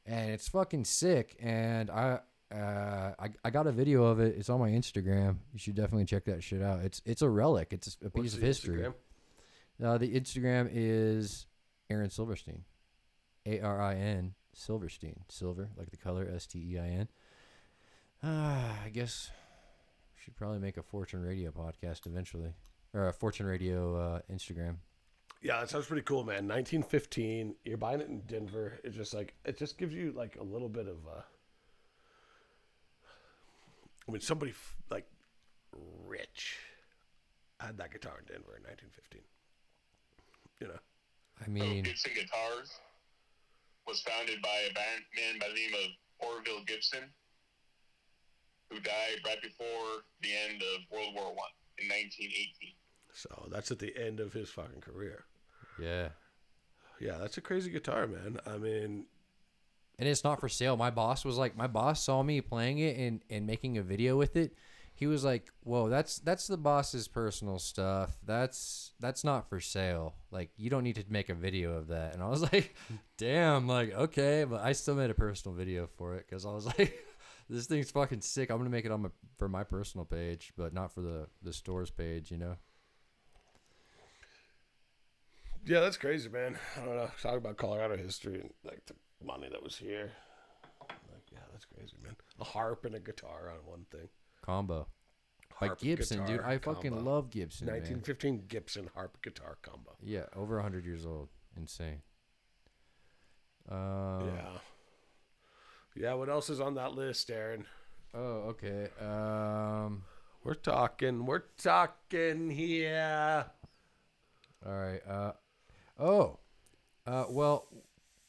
Speaker 2: and it's fucking sick. And I. Uh, I, I got a video of it. It's on my Instagram. You should definitely check that shit out. It's it's a relic. It's a piece
Speaker 1: What's
Speaker 2: of
Speaker 1: the
Speaker 2: history.
Speaker 1: Instagram?
Speaker 2: Uh, the Instagram is Aaron Silverstein, A R I N Silverstein, silver like the color S T E I N. Uh, I guess we should probably make a Fortune Radio podcast eventually, or a Fortune Radio uh, Instagram.
Speaker 1: Yeah, that sounds pretty cool, man. 1915. You're buying it in Denver. It's just like it just gives you like a little bit of. Uh, I mean, somebody f- like rich had that guitar in Denver in 1915. You know,
Speaker 2: I
Speaker 1: Oh,
Speaker 2: mean,
Speaker 3: Gibson Guitars was founded by a band, man by the name of Orville Gibson, who died right before the end of World War One in 1918.
Speaker 1: so that's at the end of his fucking career.
Speaker 2: yeah,
Speaker 1: Yeah, that's a crazy guitar, man. I mean,
Speaker 2: and it's not for sale. My boss was like, my boss saw me playing it and and making a video with it. He was like, "Whoa, that's that's the boss's personal stuff. That's that's not for sale. Like you don't need to make a video of that." And I was like, "Damn, like okay, but I still made a personal video for it cuz I was like, this thing's fucking sick. I'm going to make it on my for my personal page, but not for the the store's page, you know."
Speaker 1: yeah, that's crazy, man. I don't know. Talk about Colorado history and like the money that was here. Like, yeah, that's crazy, man. A harp and a guitar on one thing.
Speaker 2: Combo. By
Speaker 1: Harp
Speaker 2: Gibson, dude.
Speaker 1: guitar
Speaker 2: I fucking
Speaker 1: combo.
Speaker 2: love Gibson. man.
Speaker 1: 1915 Gibson harp guitar combo.
Speaker 2: Yeah, over 100 years old. Insane. Uh,
Speaker 1: yeah. Yeah, what else is on that list, Aaron?
Speaker 2: Oh, okay. Um,
Speaker 1: We're talking, we're talking here.
Speaker 2: all right. Uh, oh, uh, well,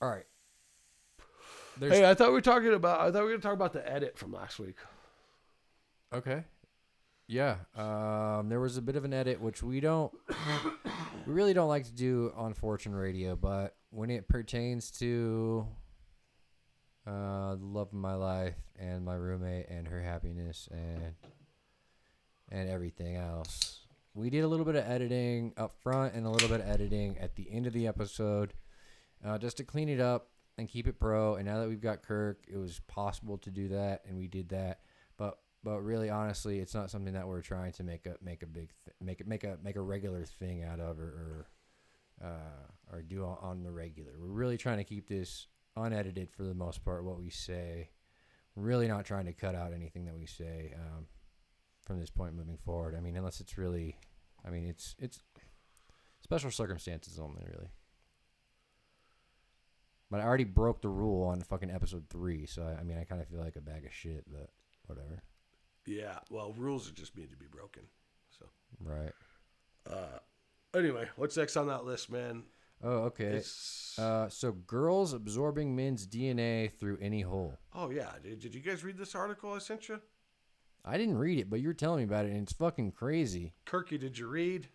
Speaker 2: all right. There's,
Speaker 1: Hey, I thought we were talking about, I thought we were going to talk about the edit from last week.
Speaker 2: okay. Yeah. Um, there was a bit of an edit, which we don't, we really don't like to do on Fortune Radio, but when it pertains to uh, the love of my life and my roommate and her happiness and and everything else. We did a little bit of editing up front and a little bit of editing at the end of the episode uh, just to clean it up and keep it pro. And now that we've got Kirk, it was possible to do that, and we did that. But but really, honestly, it's not something that we're trying to make a make a big th- make it make a make a regular thing out of or or, uh, or do on, on the regular. We're really trying to keep this unedited for the most part. What we say, really not trying to cut out anything that we say. Um, from this point moving forward. I mean, unless it's really, I mean, it's it's special circumstances only, really. But I already broke the rule on fucking episode three, so I, I mean, I kind of feel like a bag of shit, but whatever.
Speaker 1: Yeah, well, rules are just made to be broken. So,
Speaker 2: Right.
Speaker 1: anyway, what's next on that list, man?
Speaker 2: Oh, okay.
Speaker 1: It's,
Speaker 2: Uh, so girls absorbing men's DNA through any hole.
Speaker 1: oh, yeah. Did, did you guys read this article I sent you?
Speaker 2: I didn't read it, but you're telling me about it, and it's fucking crazy.
Speaker 1: Kirky, did you read?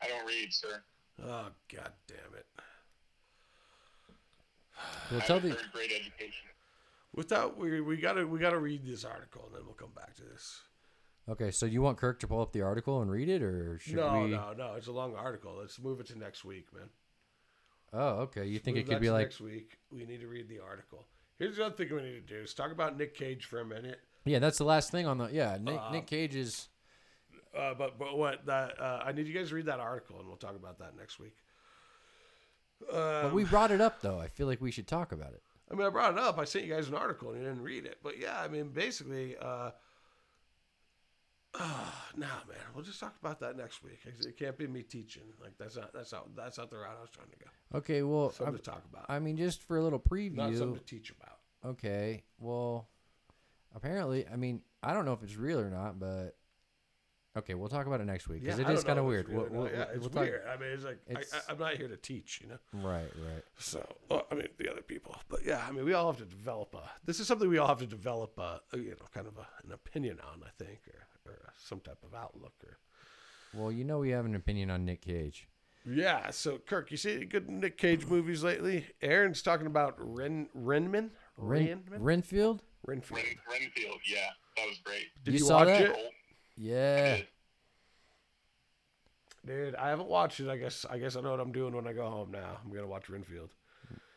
Speaker 3: I don't read, sir.
Speaker 1: Oh, god damn it.
Speaker 2: Well,
Speaker 3: I
Speaker 2: tell
Speaker 3: have a
Speaker 2: the
Speaker 3: third grade education.
Speaker 1: Without we we gotta we gotta read this article and then we'll come back to this.
Speaker 2: Okay, so you want Kirk to pull up the article and read it, or should
Speaker 1: no,
Speaker 2: we?
Speaker 1: no, no. It's a long article. Let's move it to next week, man.
Speaker 2: Oh, okay. You think
Speaker 1: Move
Speaker 2: it
Speaker 1: that
Speaker 2: could be
Speaker 1: to
Speaker 2: like?
Speaker 1: next week? We need to read the article. Here's the other thing we need to do: is talk about Nick Cage for a minute.
Speaker 2: Yeah, that's the last thing on the. Yeah, Nick,
Speaker 1: Uh,
Speaker 2: Nick Cage is.
Speaker 1: Uh, but but what that uh, I need you guys to read that article, and we'll talk about that next week. Uh,
Speaker 2: But we brought it up though. I feel like we should talk about it.
Speaker 1: I mean, I brought it up. I sent you guys an article, and you didn't read it. But yeah, I mean, basically, uh, uh, nah, man. We'll just talk about that next week. It it can't be me teaching. Like that's not that's not that's not the route I was trying to go.
Speaker 2: Okay, well,
Speaker 1: Something to talk about,
Speaker 2: I, I mean, just for a little
Speaker 1: not
Speaker 2: preview.
Speaker 1: something to teach about.
Speaker 2: Okay, well, apparently, I mean, I don't know if it's real or not, but okay, we'll talk about it next week because
Speaker 1: I
Speaker 2: it is
Speaker 1: don't
Speaker 2: kind
Speaker 1: know
Speaker 2: of
Speaker 1: if
Speaker 2: weird.
Speaker 1: it's real
Speaker 2: We'll-
Speaker 1: or not.
Speaker 2: we'll-
Speaker 1: yeah,
Speaker 2: we'll-
Speaker 1: it's
Speaker 2: we'll talk-
Speaker 1: weird. I mean, it's like I,
Speaker 2: It's-
Speaker 1: I, I'm not here to teach, you know.
Speaker 2: Right, right.
Speaker 1: So, well, I mean, the other people, but yeah, I mean, we all have to develop a. This is something we all have to develop a, a, you know, kind of a, an opinion on, I think, or, or some type of outlook, or.
Speaker 2: Well, you know, we have an opinion on Nick Cage.
Speaker 1: Yeah, so Kirk, you see any good Nick Cage movies lately? Aaron's talking about Ren Renman,
Speaker 2: Ren,
Speaker 1: Renman,
Speaker 2: Renfield?
Speaker 1: Renfield.
Speaker 3: Ren, Renfield, yeah, that was great.
Speaker 1: Did
Speaker 2: You
Speaker 1: you,
Speaker 2: saw
Speaker 1: watch
Speaker 2: that?
Speaker 1: it,
Speaker 3: Old,
Speaker 2: Yeah.
Speaker 1: dude? I haven't watched it. I guess I guess I know what I'm doing when I go home now. I'm gonna watch Renfield.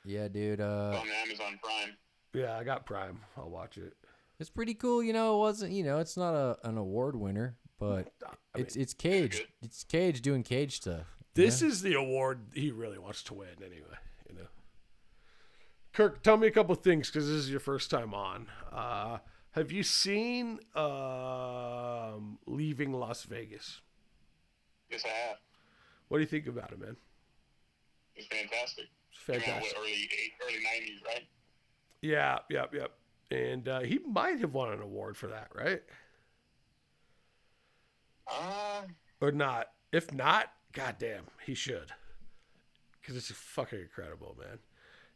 Speaker 2: Yeah, dude. Uh,
Speaker 3: on Amazon Prime.
Speaker 1: Yeah, I got Prime. I'll watch it.
Speaker 2: it's pretty cool. You know, it wasn't. You know, it's not a, an award winner, but
Speaker 1: I mean,
Speaker 2: it's it's Cage.
Speaker 3: good.
Speaker 2: It's Cage doing Cage stuff.
Speaker 1: this is the award he really wants to win, anyway. You know, Kirk, tell me a couple things because this is your first time on. Uh, have you seen um, Leaving Las Vegas?
Speaker 3: Yes, I have.
Speaker 1: What do you think about it, man?
Speaker 3: It's fantastic.
Speaker 1: It's
Speaker 3: Came out
Speaker 1: fantastic.
Speaker 3: what, early eight, early nineties, right?
Speaker 1: Yeah, yep, yep. And uh, he might have won an award for that, right?
Speaker 3: Uh,
Speaker 1: Or not. If not, goddamn, he should. Because it's fucking incredible, man.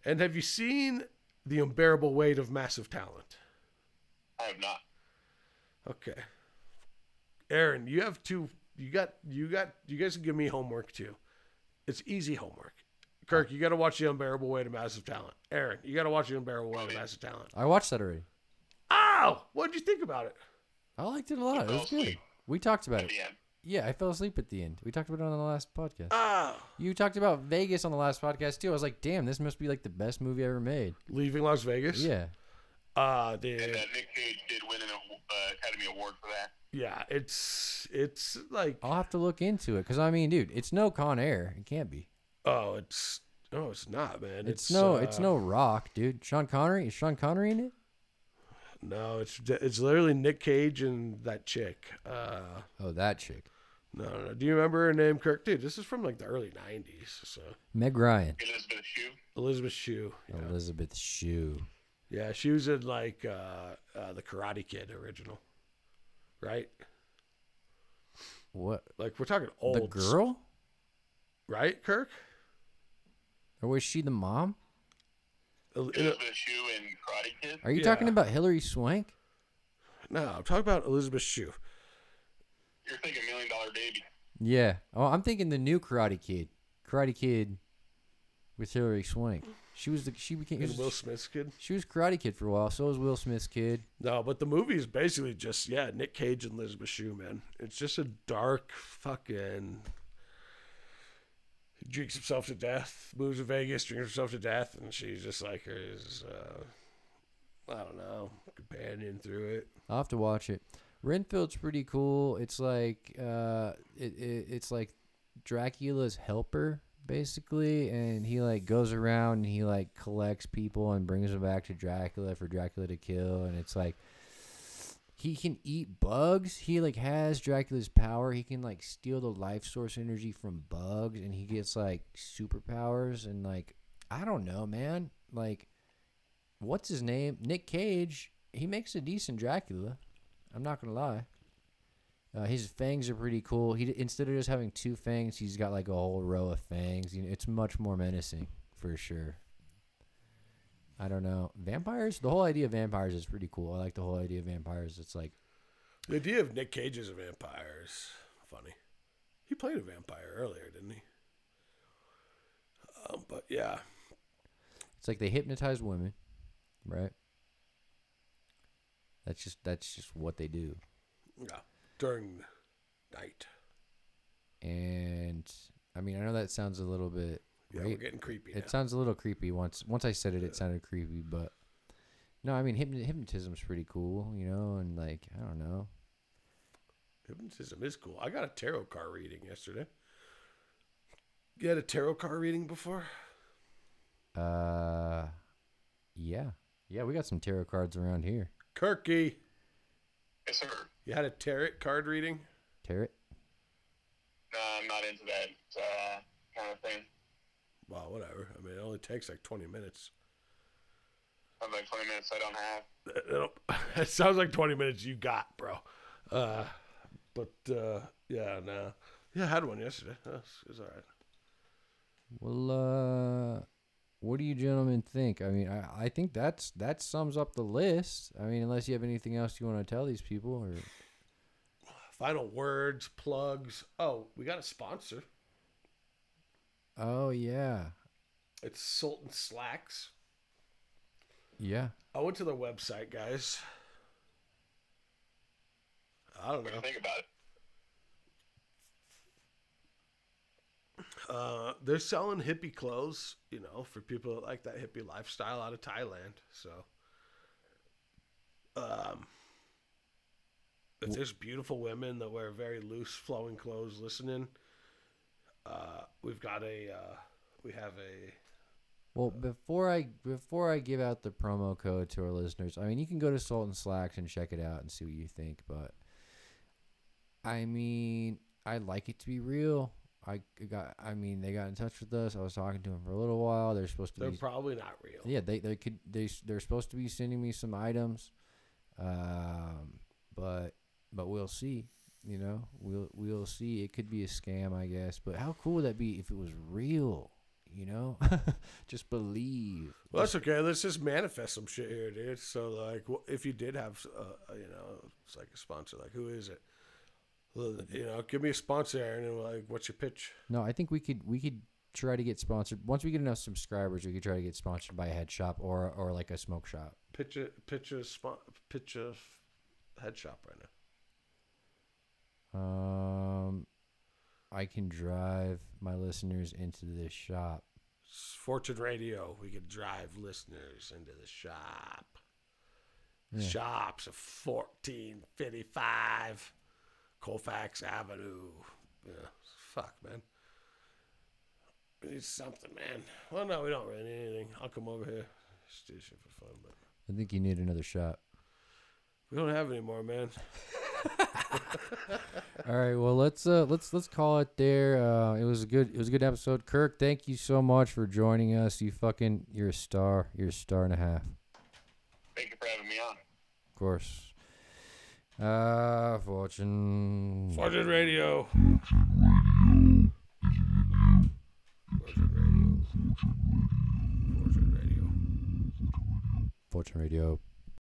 Speaker 1: And have you seen The Unbearable Weight of Massive Talent?
Speaker 3: I have not.
Speaker 1: Okay. Aaron, you have two. You got, you got, you guys can give me homework too. It's easy homework. Kirk, you got to watch The Unbearable Weight of Massive Talent. Aaron, you got to watch The Unbearable Weight of Massive Talent.
Speaker 2: I watched that already.
Speaker 1: Oh, what'd you think about it?
Speaker 2: I liked it a lot. It was
Speaker 3: Well,
Speaker 2: good. We talked about it.
Speaker 3: The end.
Speaker 2: Yeah, I fell asleep at the end. We talked about it on the last podcast.
Speaker 1: Oh,
Speaker 2: You talked about Vegas on the last podcast too. I was like, damn, this must be like the best movie ever made.
Speaker 1: leaving Las Vegas.
Speaker 2: Yeah.
Speaker 1: Ah, dude.
Speaker 3: And uh, Nick Cage did win an aw- uh, Academy Award for that.
Speaker 1: Yeah, it's it's like
Speaker 2: I'll have to look into it because I mean, dude, it's no Con Air. It can't be.
Speaker 1: oh, it's no, it's not, man.
Speaker 2: It's,
Speaker 1: It's,
Speaker 2: no,
Speaker 1: uh,
Speaker 2: it's no Rock, dude. Sean Connery is Sean Connery in it?
Speaker 1: no, it's it's literally Nick Cage and that chick. Uh,
Speaker 2: Oh, that chick,
Speaker 1: no, no, no. do you remember her name, Kirk? Dude, this is from like the early '90s. So
Speaker 2: Meg Ryan,
Speaker 3: Elizabeth Shue.
Speaker 1: Elizabeth Shue, you
Speaker 2: Oh.
Speaker 1: know.
Speaker 2: Elizabeth Shue.
Speaker 1: yeah, she was in like uh, uh, the Karate Kid original, right?
Speaker 2: What
Speaker 1: Like we're talking old,
Speaker 2: the girl?
Speaker 1: right, Kirk?
Speaker 2: Or was she the mom?
Speaker 1: El-
Speaker 3: Elizabeth Shue in Karate Kid.
Speaker 2: Are you talking
Speaker 1: Yeah.
Speaker 2: about Hillary Swank?
Speaker 1: No, I'm talking about Elizabeth Shue.
Speaker 3: You're thinking Million Dollar Baby.
Speaker 2: Yeah. Oh, I'm thinking the new Karate Kid. Karate Kid with Hillary Swank. She was the she became
Speaker 1: And Will Smith's kid.
Speaker 2: she was Karate Kid for a while. So was Will Smith's kid.
Speaker 1: No, but the movie is basically just yeah, Nick Cage and Elizabeth Shue, man. It's just a dark fucking. He drinks himself to death, moves to Vegas, drinks himself to death, and she's just like his, uh, I don't know, companion through it.
Speaker 2: I'll have to watch it. Renfield's pretty cool. It's like uh, it, it it's like Dracula's helper basically, and he like goes around and he like collects people and brings them back to Dracula for Dracula to kill, and it's like he can eat bugs. He like has Dracula's power. He can like steal the life source energy from bugs, and he gets like superpowers and like I don't know, man, like what's his name? Nick Cage. He makes a decent Dracula. I'm not gonna lie. Uh, his fangs are pretty cool. He instead of just having two fangs, he's got like a whole row of fangs. You know, it's much more menacing for sure. I don't know. Vampires. The whole idea of vampires is pretty cool. I like the whole idea of vampires. It's like
Speaker 1: The idea of Nick Cage as a vampire is funny. He played a vampire earlier, didn't he? Um, but yeah,
Speaker 2: it's like they hypnotize women, right? That's just that's just what they do.
Speaker 1: yeah. during night.
Speaker 2: And I mean, I know that sounds a little bit.
Speaker 1: Yeah, we're
Speaker 2: rape-
Speaker 1: getting creepy. now.
Speaker 2: It sounds a little creepy once once I said it. It sounded creepy, but no, I mean hypno- hypnotism's pretty cool, you know, and like I don't know.
Speaker 1: Hypnotism is cool. I got a tarot card reading yesterday. You had a tarot card reading before?
Speaker 2: Uh, yeah, yeah, we got some tarot cards around here.
Speaker 1: Kirky,
Speaker 3: Yes, sir.
Speaker 1: you had a tarot card reading?
Speaker 2: Tarot.
Speaker 3: No, I'm not into that uh, kind of thing.
Speaker 1: Well, whatever. I mean, it only takes like 20 minutes.
Speaker 3: Sounds like 20 minutes I don't have.
Speaker 1: It sounds like 20 minutes you got, bro. Uh, but uh, yeah, no. Yeah, I had one yesterday. It's, it's all right.
Speaker 2: Well, uh, what do you gentlemen think? I mean, I, I think that's that sums up the list. I mean, unless you have anything else you want to tell these people, or
Speaker 1: Final words, plugs. Oh, we got a sponsor.
Speaker 2: oh yeah,
Speaker 1: It's Sultan Slacks.
Speaker 2: yeah,
Speaker 1: I went to their website, guys. I don't
Speaker 3: What do
Speaker 1: know.
Speaker 3: you think about it?
Speaker 1: Uh, they're selling hippie clothes, you know, for people that like that hippie lifestyle out of Thailand. So, um, if there's beautiful women that wear very loose flowing clothes, listening, uh, we've got a, uh, we have a,
Speaker 2: Well, before I before I give out the promo code to our listeners, I mean you can go to Salt and Slacks and check it out and see what you think. But I mean, I like it to be real. I got. I mean, they got in touch with us. I was talking to them for a little while. They're supposed to
Speaker 1: they're
Speaker 2: be.
Speaker 1: probably not real.
Speaker 2: yeah, they they could they s- they're supposed to be sending me some items, um, but but we'll see. You know, we'll we'll see. It could be a scam, I guess. But how cool would that be if it was real? You know, just believe.
Speaker 1: Well, that's okay. Let's just manifest some shit here, dude. So, like, wh- if you did have, uh, you know, it's like a sponsor, like, who is it? Well, You know, give me a sponsor, Aaron, and like, what's your pitch?
Speaker 2: No, I think we could we could try to get sponsored. Once we get enough subscribers, we could try to get sponsored by a head shop or or like a smoke shop.
Speaker 1: Pitch a pitch a spon- pitch a f- head shop right now.
Speaker 2: Um, I can drive my listeners into this shop.
Speaker 1: It's Fortune Radio. We could drive listeners into the shop.
Speaker 2: Yeah.
Speaker 1: Shops of fourteen fifty five, Colfax Avenue. Yeah, fuck, man. We need something, man. Well, no, we don't really need anything. I'll come over here. Just do shit for fun, but
Speaker 2: I think you need another shop.
Speaker 1: we don't have any more, man.
Speaker 2: All right, well let's uh let's let's call it there. Uh, it was a good it was a good episode. Kirk, thank you so much for joining us. You fucking you're a star. You're a star and a half.
Speaker 3: Thank you for having me on.
Speaker 2: Of course. Uh, fortune.
Speaker 1: Fortune Radio. Fortune Radio. Fortune Radio.
Speaker 2: Fortune Radio.